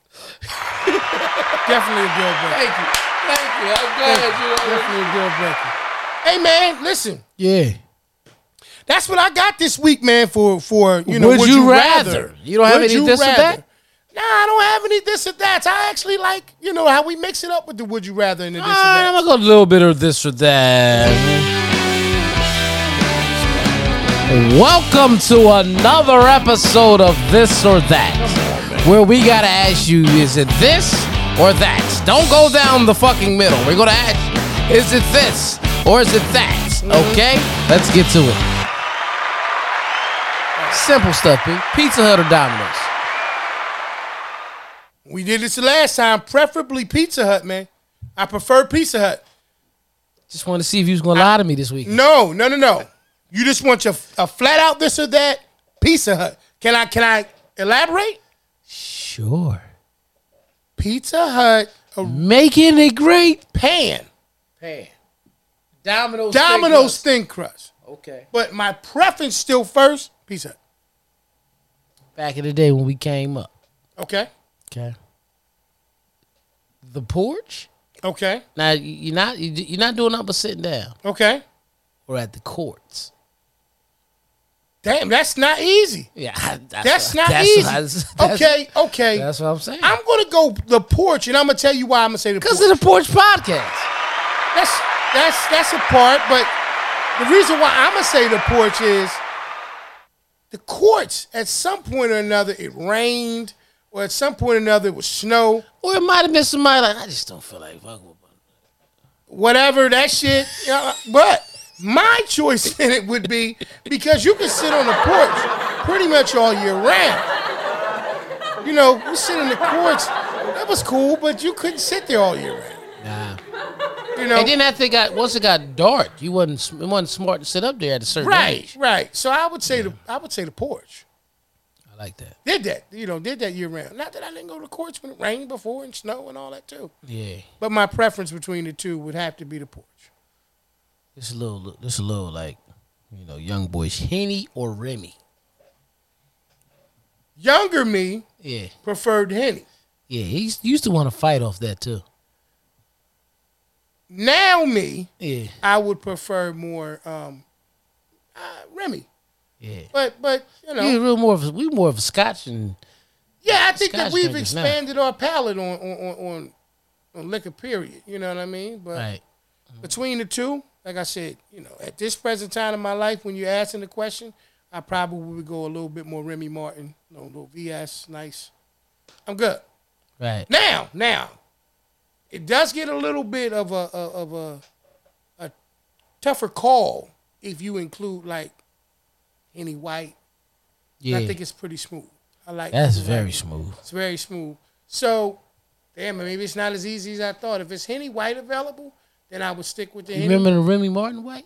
Speaker 2: Definitely a deal breaker.
Speaker 1: Thank you. Thank you. I'm glad
Speaker 2: Definitely a deal breaker. Hey man, listen.
Speaker 1: you. Yeah.
Speaker 2: That's what I got this week, man. For for you know,
Speaker 1: Would you rather? You don't have any
Speaker 2: you
Speaker 1: this or
Speaker 2: rather?
Speaker 1: that?
Speaker 2: Nah, I don't have any this or that. I actually like you know how we mix it up with the would you rather and the this or
Speaker 1: All right, I'm
Speaker 2: that.
Speaker 1: gonna go a little bit of this or that. Welcome to another episode of This or That, where we gotta ask you: Is it this or that? Don't go down the fucking middle. We're gonna ask: you, Is it this or is it that? Okay, let's get to it. Simple stuff, B. Pizza Hut or Domino's?
Speaker 2: We did this the last time. Preferably Pizza Hut, man. I prefer Pizza Hut.
Speaker 1: Just wanted to see if you was gonna lie to me this week.
Speaker 2: No, no, no, no. You just want your a flat out this or that Pizza Hut. Can I can I elaborate?
Speaker 1: Sure.
Speaker 2: Pizza Hut a
Speaker 1: Mm. Making it great.
Speaker 2: pan
Speaker 1: Pan. Domino's.
Speaker 2: Domino's thin crust,
Speaker 1: Okay.
Speaker 2: but my preference still first Pizza Hut.
Speaker 1: Back in the day when we came up.
Speaker 2: Okay,
Speaker 1: Okay. The porch.
Speaker 2: okay,
Speaker 1: Now you- you're not you- you're not doing nothing but sitting down
Speaker 2: okay.
Speaker 1: or at the courts.
Speaker 2: Damn, that's not easy.
Speaker 1: Yeah, (laughs) I-
Speaker 2: That's
Speaker 1: what-
Speaker 2: not
Speaker 1: that's
Speaker 2: easy.
Speaker 1: what I- (laughs) that's-
Speaker 2: okay, okay.
Speaker 1: That's what I'm saying.
Speaker 2: I'm gonna go the porch, and I'm gonna tell you why I'm gonna say the porch.
Speaker 1: Because of the porch podcast.
Speaker 2: That's that's that's a part, but the reason why I'm gonna say the porch is the courts. At some point or another, it rained, or at some point or another, it was snow.
Speaker 1: Or it might have been somebody like I just don't feel like fucking with. them."
Speaker 2: Whatever that shit. (laughs) you know, But my choice in it would be because you can sit on the porch pretty much all year round. You know, we sit in the courts. That was cool, but you couldn't sit there all year round.
Speaker 1: Nah.
Speaker 2: You know,
Speaker 1: And then after it got once it got dark, you wasn't sm- it wasn't smart to sit up there at a certain
Speaker 2: right,
Speaker 1: age.
Speaker 2: right. So I would say the I would say the porch.
Speaker 1: I like that.
Speaker 2: did that, you know, did that year round. Not that I didn't go to the courts when it rained before and snow and all that too.
Speaker 1: Yeah.
Speaker 2: But my preference between the two would have to be the porch.
Speaker 1: This a little, this a little like, you know, young boys, Henny or Remy.
Speaker 2: Younger me
Speaker 1: Yeah,
Speaker 2: preferred Henny.
Speaker 1: yeah. He used- used to want to fight off that too.
Speaker 2: Now me,
Speaker 1: Yeah,
Speaker 2: I would prefer more um, uh, Remy.
Speaker 1: yeah.
Speaker 2: But but you know,
Speaker 1: We real more of a, we more of a Scotch and
Speaker 2: yeah, I think that
Speaker 1: Scotch
Speaker 2: we've
Speaker 1: drinkers now.
Speaker 2: expanded our palate on on, on on on liquor. Period. You know what I mean? But
Speaker 1: right.
Speaker 2: between the two, like I said, you know, at this present time in my life, when you're asking the question, I probably would go a little bit more Remy Martin, you know, a little VS, nice. I'm good.
Speaker 1: Right.
Speaker 2: Now, now, it does get a little bit of a of a, a tougher call if you include like any white. And
Speaker 1: Yeah.
Speaker 2: I think it's pretty smooth. I like
Speaker 1: That's
Speaker 2: I like
Speaker 1: very
Speaker 2: it.
Speaker 1: smooth.
Speaker 2: It's very smooth. So, damn, maybe it's not as easy as I thought. If it's Henny White available, then I would stick with the
Speaker 1: You
Speaker 2: Henny.
Speaker 1: remember the Remy Martin white?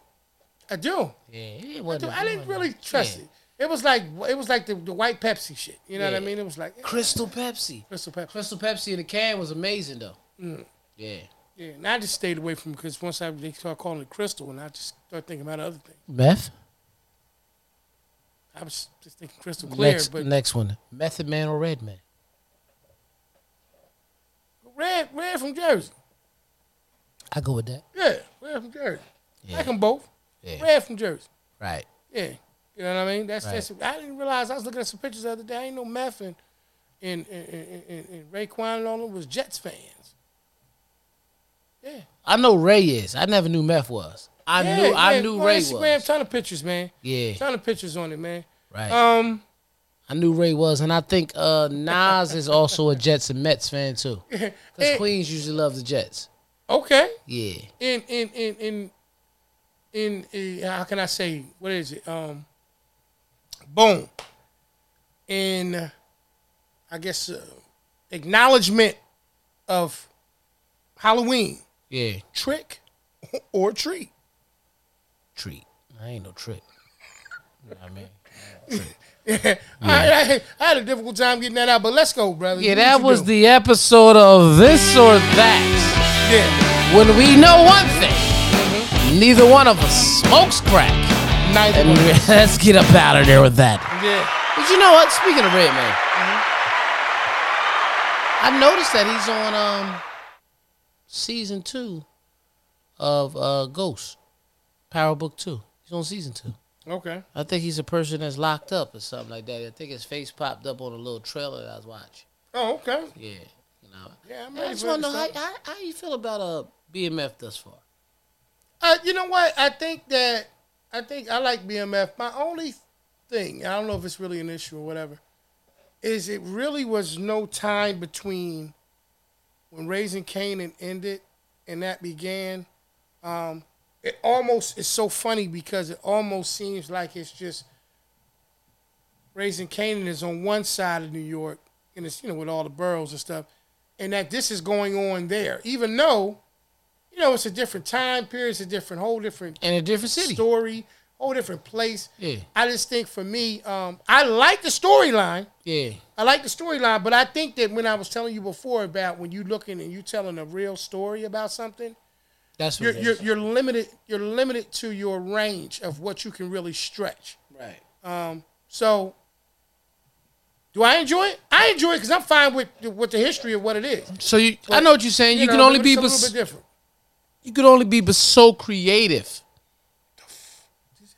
Speaker 2: I do.
Speaker 1: Yeah, it
Speaker 2: Dude,
Speaker 1: wasn't.
Speaker 2: I didn't
Speaker 1: it wasn't-
Speaker 2: really trust
Speaker 1: yeah.
Speaker 2: it. It was like it was like the, the white Pepsi shit. You know what I
Speaker 1: Yeah.
Speaker 2: mean? It was like eh,
Speaker 1: Crystal Pepsi.
Speaker 2: Crystal Pepsi.
Speaker 1: Crystal Pepsi in the can was amazing though.
Speaker 2: Mm.
Speaker 1: Yeah.
Speaker 2: Yeah, and I just stayed away from because once I they start calling it Crystal, and I just start thinking about other things.
Speaker 1: Meth.
Speaker 2: I was just thinking Crystal Clear,
Speaker 1: Next,
Speaker 2: but
Speaker 1: next one. Method Man or Red Man?
Speaker 2: Red Red from Jersey.
Speaker 1: I go with that.
Speaker 2: Yeah, Red from Jersey.
Speaker 1: Yeah.
Speaker 2: Like them both.
Speaker 1: Yeah.
Speaker 2: Red from Jersey.
Speaker 1: Right.
Speaker 2: Yeah, you know what I mean. That's
Speaker 1: Right.
Speaker 2: that's. I didn't realize I was looking at some pictures the other day. I ain't no meth and and and, and, and, and Raekwon and all them was Jets fans. Yeah.
Speaker 1: I know Ray is. I never knew Meth was. I
Speaker 2: Yeah,
Speaker 1: knew I
Speaker 2: yeah,
Speaker 1: knew
Speaker 2: on
Speaker 1: Ray
Speaker 2: Instagram,
Speaker 1: was.
Speaker 2: ton of pictures, man.
Speaker 1: Yeah,
Speaker 2: Ton of pictures on it, man.
Speaker 1: right.
Speaker 2: Um,
Speaker 1: I knew Ray was, and I think uh, Nas is also a Jets and Mets fan too. Because
Speaker 2: (laughs) Eh.
Speaker 1: Queens usually love the Jets.
Speaker 2: okay.
Speaker 1: Yeah,
Speaker 2: In in in in in, eh, how can I say what is it? Um, boom. In, I guess uh, acknowledgement of Halloween
Speaker 1: yeah.
Speaker 2: trick (laughs) or treat. (laughs)
Speaker 1: Treat. I ain't no trick. You know what I mean,
Speaker 2: I, I, I had a difficult time getting that out, but let's go, brother.
Speaker 1: yeah.
Speaker 2: Do what
Speaker 1: That
Speaker 2: you
Speaker 1: was
Speaker 2: do.
Speaker 1: the episode of this or that.
Speaker 2: yeah.
Speaker 1: When we know one thing,
Speaker 2: Mm-hmm.
Speaker 1: neither one of us smokes crack.
Speaker 2: Neither
Speaker 1: And (laughs)
Speaker 2: one.
Speaker 1: let's get up out of there with that.
Speaker 2: Yeah. Mm-hmm.
Speaker 1: But you know what? Speaking of Red Man, I noticed that he's on um season two of uh Ghost, Power Book Two. He's on season two.
Speaker 2: Okay.
Speaker 1: I think he's a person that's locked up or something like that. I think his face popped up on a little trailer that I was watching.
Speaker 2: Oh, okay.
Speaker 1: Yeah, you know.
Speaker 2: Yeah, I'm
Speaker 1: I
Speaker 2: ready
Speaker 1: just
Speaker 2: for
Speaker 1: want to
Speaker 2: this
Speaker 1: know how,
Speaker 2: stuff.
Speaker 1: how how you feel about uh BMF thus far.
Speaker 2: Uh, you know what? I think that I think I like BMF. My only thing, I don't know if it's really an issue or whatever, is it really was no time between when Raising Canaan ended and that began. Um, it almost is so funny because it almost seems like it's just Raising Canaan is on one side of New York and it's you know with all the boroughs and stuff, and that this is going on there, even though you know, it's a different time period, it's a different whole different
Speaker 1: In a different city.
Speaker 2: story, whole different place.
Speaker 1: Yeah.
Speaker 2: I just think for me, um, I like the storyline.
Speaker 1: Yeah,
Speaker 2: I like the storyline, but I think that when I was telling you before about when you looking and you telling a real story about something,
Speaker 1: that's what
Speaker 2: you're,
Speaker 1: it
Speaker 2: you're
Speaker 1: is.
Speaker 2: you're limited you're limited to your range of what you can really stretch.
Speaker 1: right.
Speaker 2: Um, so do I enjoy it? I enjoy it because I'm fine with with the history of what it is.
Speaker 1: So you, I know what you're saying. You,
Speaker 2: know,
Speaker 1: can
Speaker 2: but
Speaker 1: only
Speaker 2: it's
Speaker 1: be
Speaker 2: a little
Speaker 1: bes-
Speaker 2: bit different.
Speaker 1: you can only be but so creative.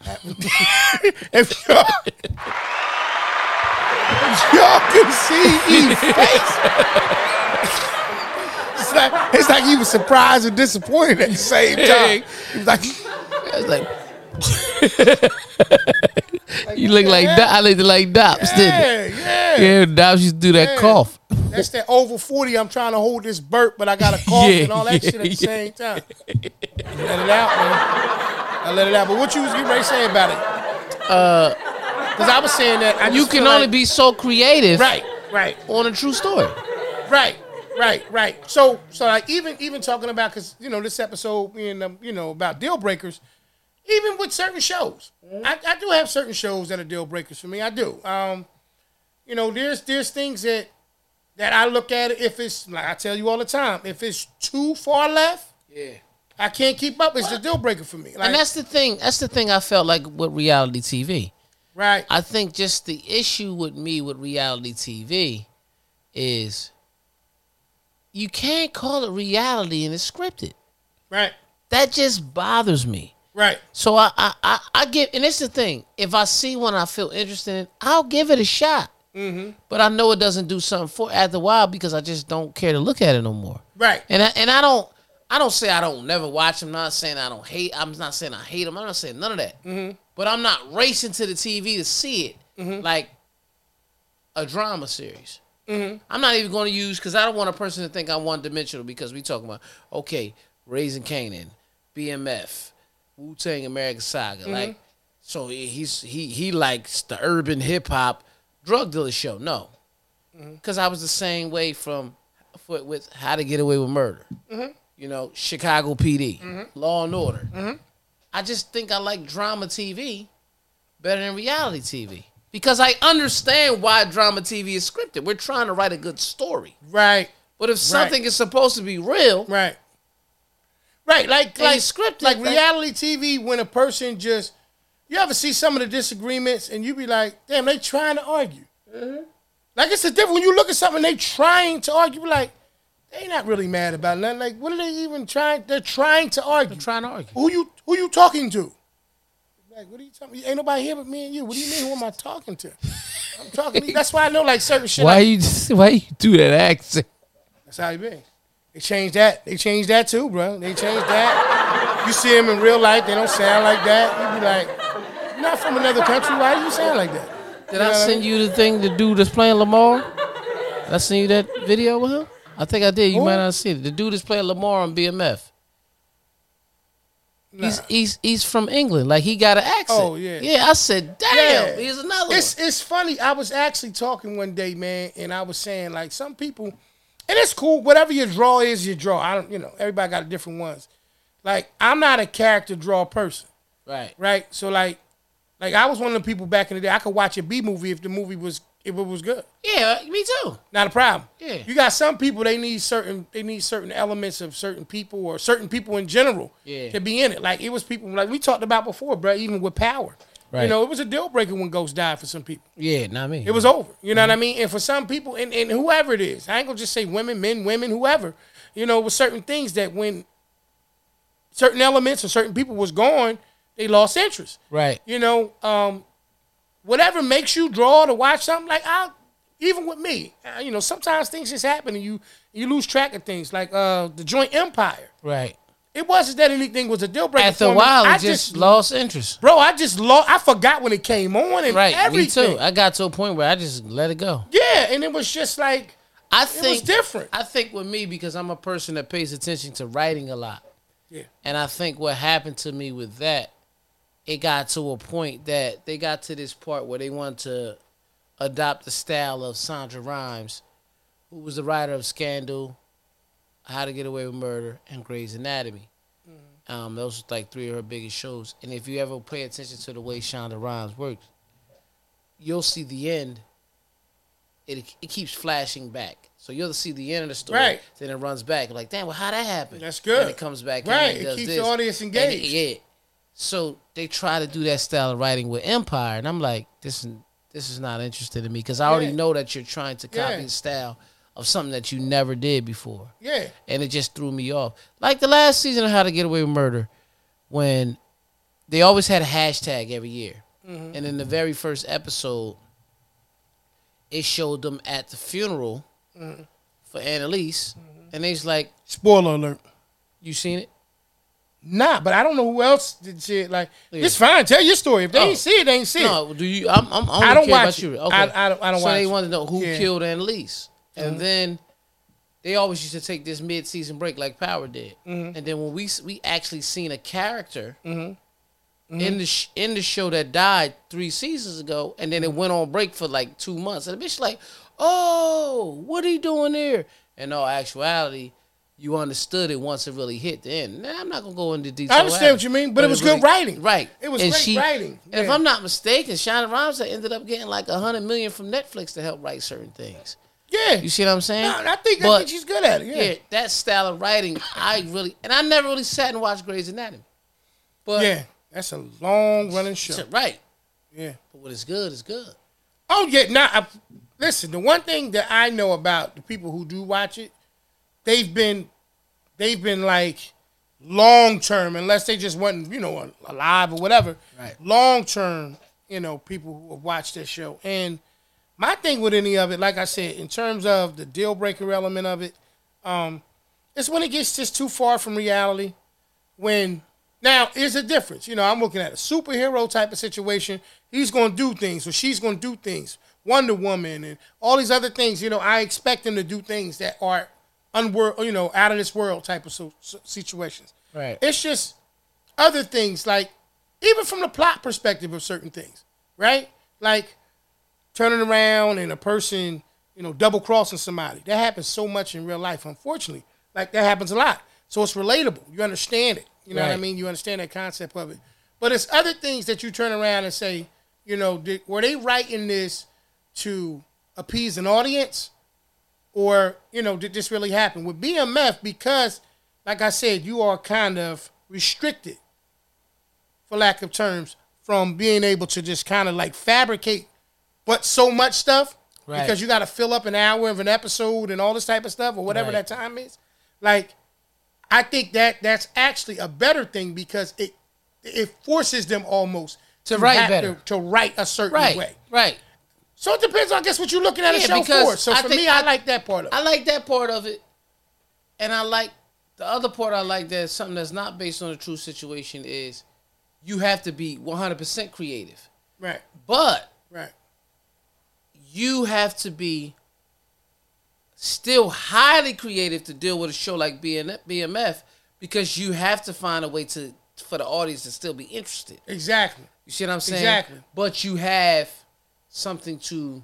Speaker 2: If y'all, if y'all could see Eve's face, it's like, it's like he was surprised and disappointed at the same time. He was like,
Speaker 1: It's like (laughs) you look like
Speaker 2: yeah.
Speaker 1: Do- I looked like Dobbs, didn't
Speaker 2: yeah, yeah.
Speaker 1: it? Yeah, Dobbs used to do that
Speaker 2: Yeah. (laughs)
Speaker 1: cough.
Speaker 2: That's that over 40. I'm trying to hold this burp, but I got a cough
Speaker 1: Yeah,
Speaker 2: and all that
Speaker 1: yeah,
Speaker 2: shit at the
Speaker 1: yeah.
Speaker 2: same time. I let it out, man. I let it out. But what you was getting ready to say about it? Because I was saying that. I
Speaker 1: Uh, You
Speaker 2: just
Speaker 1: can
Speaker 2: feel
Speaker 1: only
Speaker 2: like-
Speaker 1: be so creative
Speaker 2: Right, right.
Speaker 1: on a true story.
Speaker 2: Right, right, right. So, so like even even talking about because you know this episode being um, you know about deal breakers, even with certain shows,
Speaker 1: Mm-hmm.
Speaker 2: I, I do have certain shows that are deal breakers for me. I do. Um, you know, there's there's things that that I look at if it's like I tell you all the time, if it's too far left,
Speaker 1: Yeah.
Speaker 2: I can't keep up. It's a deal breaker for me. Like
Speaker 1: And that's the thing. That's the thing I felt like with reality TV.
Speaker 2: right,
Speaker 1: I think just the issue with me with reality TV is you can't call it reality and it's scripted.
Speaker 2: right,
Speaker 1: That just bothers me.
Speaker 2: right,
Speaker 1: So I I I, I give, and it's the thing. If I see one I feel interested in, I'll give it a shot. Mm-hmm. But I know it doesn't do something for after a while because I just don't care to look at it no more.
Speaker 2: right,
Speaker 1: And I, and I don't I don't say I don't never watch. them. I'm not saying I don't hate. I'm not saying I hate them. I'm not saying none of that. Mm-hmm. But I'm not racing to the TV to see it like a drama series. Mm-hmm. I'm not even going to use because I don't want a person to think I'm one dimensional because we talking about okay, raising Canaan, BMF, Wu Tang American Saga, like so he- he's he he likes the urban hip hop drug dealer show. No, because I was the same way from for, with How to Get Away with Murder. You know, Chicago PD, Law and Order. I just think I like drama TV better than reality TV because I understand why drama TV is scripted. We're trying to write a good story,
Speaker 2: right,
Speaker 1: but if something is supposed to be real,
Speaker 2: right, right. Like
Speaker 1: Then
Speaker 2: like
Speaker 1: you script it,
Speaker 2: like
Speaker 1: like-
Speaker 2: reality TV when a person just you ever see some of the disagreements and you be like, damn, they trying to argue. Mm-hmm. Like it's a different when you look at something they trying to argue. you be Like they not really mad about nothing. Like what are they even trying? They're trying to argue.
Speaker 1: trying to argue.
Speaker 2: Who you who you talking to? Like what are you talking? Ain't nobody here but me and you. What do you mean? Who am I talking to? I'm talking. To you. That's why I know like certain shit. I-
Speaker 1: you why you do that accent?
Speaker 2: that's how you been. They changed that. They changed that too, bro. They changed that. you see them in real life, they don't sound like that. You be like, "You're not from another country. Why do you sound like that?
Speaker 1: Did I send you the thing the dude that's playing Lamar? Did I send you that video with him? I think I did. You might
Speaker 2: Who?
Speaker 1: not have seen it. The dude that's playing Lamar on BMF. He's he's he's from England. Like he got an accent.
Speaker 2: Oh, yeah.
Speaker 1: Yeah, I said,
Speaker 2: Yeah.
Speaker 1: damn, here's another
Speaker 2: It's it's funny. I was actually talking one day, man, and I was saying like some people, and it's cool. Whatever your draw is, your draw. I don't, you know, everybody got different ones. Like I'm not a character draw person.
Speaker 1: one. Right.
Speaker 2: right? So like, like I was one of the people back in the day. I could watch a B movie if the movie was if it was good.
Speaker 1: Yeah, me too.
Speaker 2: Not a problem.
Speaker 1: Yeah.
Speaker 2: You got some people they need certain they need certain elements of certain people or certain people in general
Speaker 1: Yeah.
Speaker 2: to be in it. Like it was people like we talked about before, bro. Even with power,
Speaker 1: Right.
Speaker 2: You know, it was a deal breaker when Ghost died for some people.
Speaker 1: Yeah, not me.
Speaker 2: It was over. You know
Speaker 1: Mm-hmm.
Speaker 2: what I mean? And for some people, and, and whoever it is, I ain't gonna just say women, men, women, whoever, you know, with certain things that when certain elements or certain people was gone, they lost interest.
Speaker 1: right.
Speaker 2: You know, um, whatever makes you draw to watch something, like I even with me, uh, you know, sometimes things just happen and you you lose track of things. Like uh the joint empire.
Speaker 1: Right.
Speaker 2: It wasn't that anything was a deal breaker.
Speaker 1: After a
Speaker 2: for me.
Speaker 1: while, it
Speaker 2: I
Speaker 1: just, lost interest.
Speaker 2: bro, I just lost I forgot when it came on and
Speaker 1: Right.
Speaker 2: everything.
Speaker 1: Me too. I got to a point where I just let it go.
Speaker 2: Yeah, and it was just like
Speaker 1: I
Speaker 2: it
Speaker 1: think
Speaker 2: was different.
Speaker 1: I think with me because I'm a person that pays attention to writing a lot.
Speaker 2: Yeah.
Speaker 1: And I think what happened to me with that, it got to a point that they got to this part where they wanted to adopt the style of Sandra Rhimes, who was the writer of Scandal, How to Get Away with Murder, and Grey's Anatomy.
Speaker 2: Mm-hmm.
Speaker 1: Um, those were like three of her biggest shows. And if you ever pay attention to the way Shonda Rhimes works, you'll see the end. It, it keeps flashing back. So you'll see the end of the story.
Speaker 2: Right.
Speaker 1: Then it runs back. Like, damn, well, how that happened?
Speaker 2: That's good.
Speaker 1: And it comes back.
Speaker 2: Right,
Speaker 1: And
Speaker 2: it
Speaker 1: it, does
Speaker 2: keeps the
Speaker 1: this.
Speaker 2: audience
Speaker 1: And it-
Speaker 2: engaged.
Speaker 1: yeah. So they try to do that style of writing with Empire, and I'm like, this is this is not interesting to me because I already
Speaker 2: Yeah.
Speaker 1: know that you're trying to copy
Speaker 2: Yeah.
Speaker 1: the style of something that you never did before
Speaker 2: Yeah.
Speaker 1: and it just threw me off. Like the last season of How to Get Away with Murder, when they always had a hashtag every year,
Speaker 2: Mm-hmm.
Speaker 1: and in the very first episode, it showed them at the funeral
Speaker 2: Mm-hmm.
Speaker 1: for Annalise, and they was like,
Speaker 2: Spoiler alert.
Speaker 1: "You seen it?
Speaker 2: Nah, but I don't know who else did shit. Like
Speaker 1: Yeah.
Speaker 2: it's fine. Tell your story. If they
Speaker 1: Oh.
Speaker 2: ain't see it, they ain't see it.
Speaker 1: No, do you? I'm, I'm, I,
Speaker 2: I
Speaker 1: don't
Speaker 2: don't
Speaker 1: care about
Speaker 2: watch it.
Speaker 1: you. Okay,
Speaker 2: I- I don't- I don't
Speaker 1: so
Speaker 2: watch
Speaker 1: they
Speaker 2: it. Mm-hmm.
Speaker 1: want to know who
Speaker 2: Yeah.
Speaker 1: killed Annalise, and then. They always used to take this mid-season break like Power did,
Speaker 2: Mm-hmm.
Speaker 1: and then when we s- we actually seen a character
Speaker 2: Mm-hmm.
Speaker 1: in the sh- in the show that died three seasons ago, and then it went on break for like two months. And the bitch like, oh, what are you doing there? In all actuality, you understood it once it really hit the end. Now, I'm not gonna go into detail.
Speaker 2: understand
Speaker 1: happened,
Speaker 2: what you mean, but it was good writing.
Speaker 1: right?
Speaker 2: It was great writing.
Speaker 1: And if
Speaker 2: Yeah.
Speaker 1: I'm not mistaken, Shonda Rhimes ended up getting like a hundred million from Netflix to help write certain things.
Speaker 2: Yeah.
Speaker 1: You see what I'm saying?
Speaker 2: Nah, I think I
Speaker 1: But-
Speaker 2: think she's good at it.
Speaker 1: yeah.
Speaker 2: Yeah.
Speaker 1: that style of writing, I really and I never really sat and watched Grey's Anatomy.
Speaker 2: Yeah.
Speaker 1: But
Speaker 2: That's a long running show.
Speaker 1: right.
Speaker 2: Yeah.
Speaker 1: But when it's good, it's good.
Speaker 2: Oh yeah. Now I, listen, the one thing that I know about the people who do watch it, they've been they've been like long term, unless they just wasn't, you know, alive or whatever.
Speaker 1: Right.
Speaker 2: Long term, you know, people who have watched this show. And my thing with any of it, like I said, in terms of the deal breaker element of it, um, it's when it gets just too far from reality. When now is the difference. You know, I'm looking at a superhero type of situation. He's going to do things, or she's going to do things. Wonder Woman and all these other things. You know, I expect them to do things that are unworld, you know, out of this world type of so, so- situations.
Speaker 1: Right.
Speaker 2: It's just other things like even from the plot perspective of certain things, right? Like turning around and a person, you know, double crossing somebody. That happens so much in real life, unfortunately. Like that happens a lot. So it's relatable. You understand it. You know what I
Speaker 1: Right.
Speaker 2: mean? You understand that concept of it. But it's other things that you turn around and say, you know, did, were they writing this to appease an audience? Or, you know, did this really happen? With BMF, because, like I said, you are kind of restricted for lack of terms, from being able to just kind of like fabricate, but so much stuff
Speaker 1: Right.
Speaker 2: because you got to fill up an hour of an episode and all this type of stuff or whatever
Speaker 1: Right.
Speaker 2: that time is. Like, I think that that's actually a better thing because it it forces them almost
Speaker 1: To write
Speaker 2: have
Speaker 1: better.
Speaker 2: to, to write a certain
Speaker 1: Right.
Speaker 2: way.
Speaker 1: Right.
Speaker 2: So it depends, I guess, what you're looking at
Speaker 1: Yeah,
Speaker 2: a show
Speaker 1: because
Speaker 2: for. So
Speaker 1: I
Speaker 2: for
Speaker 1: think-
Speaker 2: me, I, like that part of it.
Speaker 1: I like that part of it. And I like the other part I like that is something that's not based on a true situation is you have to be 100% creative.
Speaker 2: right,
Speaker 1: But
Speaker 2: right,
Speaker 1: you have to be still highly creative to deal with a show like BN BMF because you have to find a way to for the audience to still be interested.
Speaker 2: exactly.
Speaker 1: You see what I'm saying?
Speaker 2: Exactly.
Speaker 1: But you have something to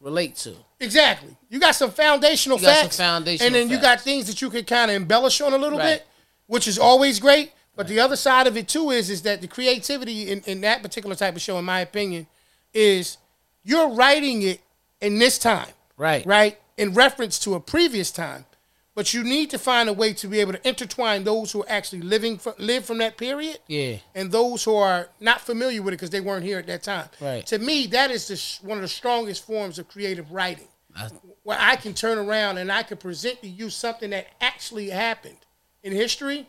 Speaker 1: relate to.
Speaker 2: Exactly. You got some foundational
Speaker 1: You got some
Speaker 2: facts.
Speaker 1: foundational
Speaker 2: And then you got
Speaker 1: facts.
Speaker 2: things that you can kind of embellish on a little
Speaker 1: Right.
Speaker 2: bit, which is always great. But the other side of it too is is that the creativity in, in that particular type of show, in my opinion, is you're writing it in this time.
Speaker 1: Right.
Speaker 2: Right? In reference to a previous time. But you need to find a way to be able to intertwine those who are actually living fr- live from that period
Speaker 1: Yeah.
Speaker 2: and those who are not familiar with it because they weren't here at that time.
Speaker 1: Right.
Speaker 2: To me, that is the sh- one of the strongest forms of creative writing,
Speaker 1: I-
Speaker 2: where I can turn around and I can present to you something that actually happened in history,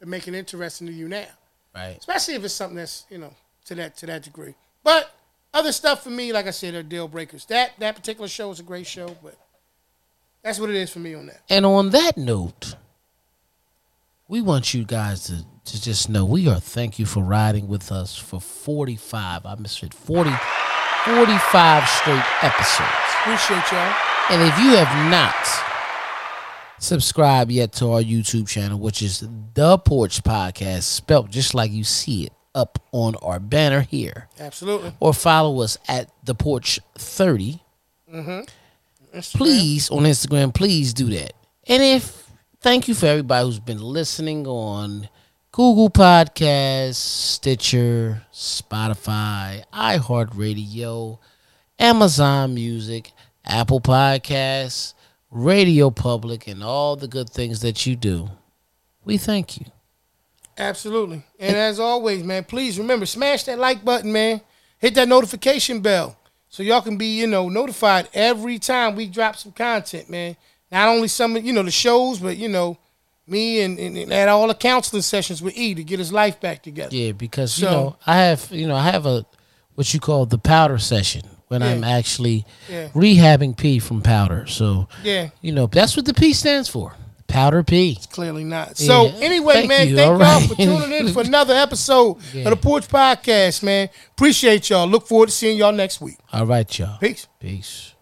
Speaker 2: and make it interesting to you now.
Speaker 1: Right.
Speaker 2: Especially if it's something that's you know to that to that degree. But other stuff for me, like I said, are deal breakers. That that particular show is a great show, but that's what it is for me on that.
Speaker 1: And on that note, we want you guys to, to just know we are thank you for riding with us for 45. I misread 40, 45 straight episodes.
Speaker 2: Appreciate y'all.
Speaker 1: And if you have not subscribed yet to our YouTube channel, which is The Porch Podcast, spelt just like you see it up on our banner here,
Speaker 2: Absolutely.
Speaker 1: or follow us at The Porch 30,
Speaker 2: Instagram.
Speaker 1: please, on Instagram, please do that. And if, thank you for everybody who's been listening on Google Podcasts, Stitcher, Spotify, iHeartRadio, Amazon Music, Apple Podcasts, Radio Public, and all the good things that you do. We thank you.
Speaker 2: Absolutely. And as always, man, please remember smash that like button, man. Hit that notification bell so y'all can be, you know, notified every time we drop some content, man. Not only some of, you know, the shows, but, you know, me and, and, and at all the counseling sessions with E to get his life back together.
Speaker 1: Yeah, because you
Speaker 2: So-
Speaker 1: know I have you know I have a what you call the powder session when I'm actually
Speaker 2: Yeah.
Speaker 1: rehabbing P from powder. So
Speaker 2: Yeah.
Speaker 1: you know that's what the P stands for, powder P.
Speaker 2: Clearly not. So
Speaker 1: Yeah.
Speaker 2: anyway,
Speaker 1: Thank
Speaker 2: man,
Speaker 1: you.
Speaker 2: thank
Speaker 1: All
Speaker 2: y'all
Speaker 1: right.
Speaker 2: for tuning in
Speaker 1: (laughs)
Speaker 2: for another episode
Speaker 1: Yeah.
Speaker 2: of the Porch Podcast, man. Appreciate y'all. Look forward to seeing y'all next week.
Speaker 1: All right, y'all.
Speaker 2: Peace.
Speaker 1: Peace.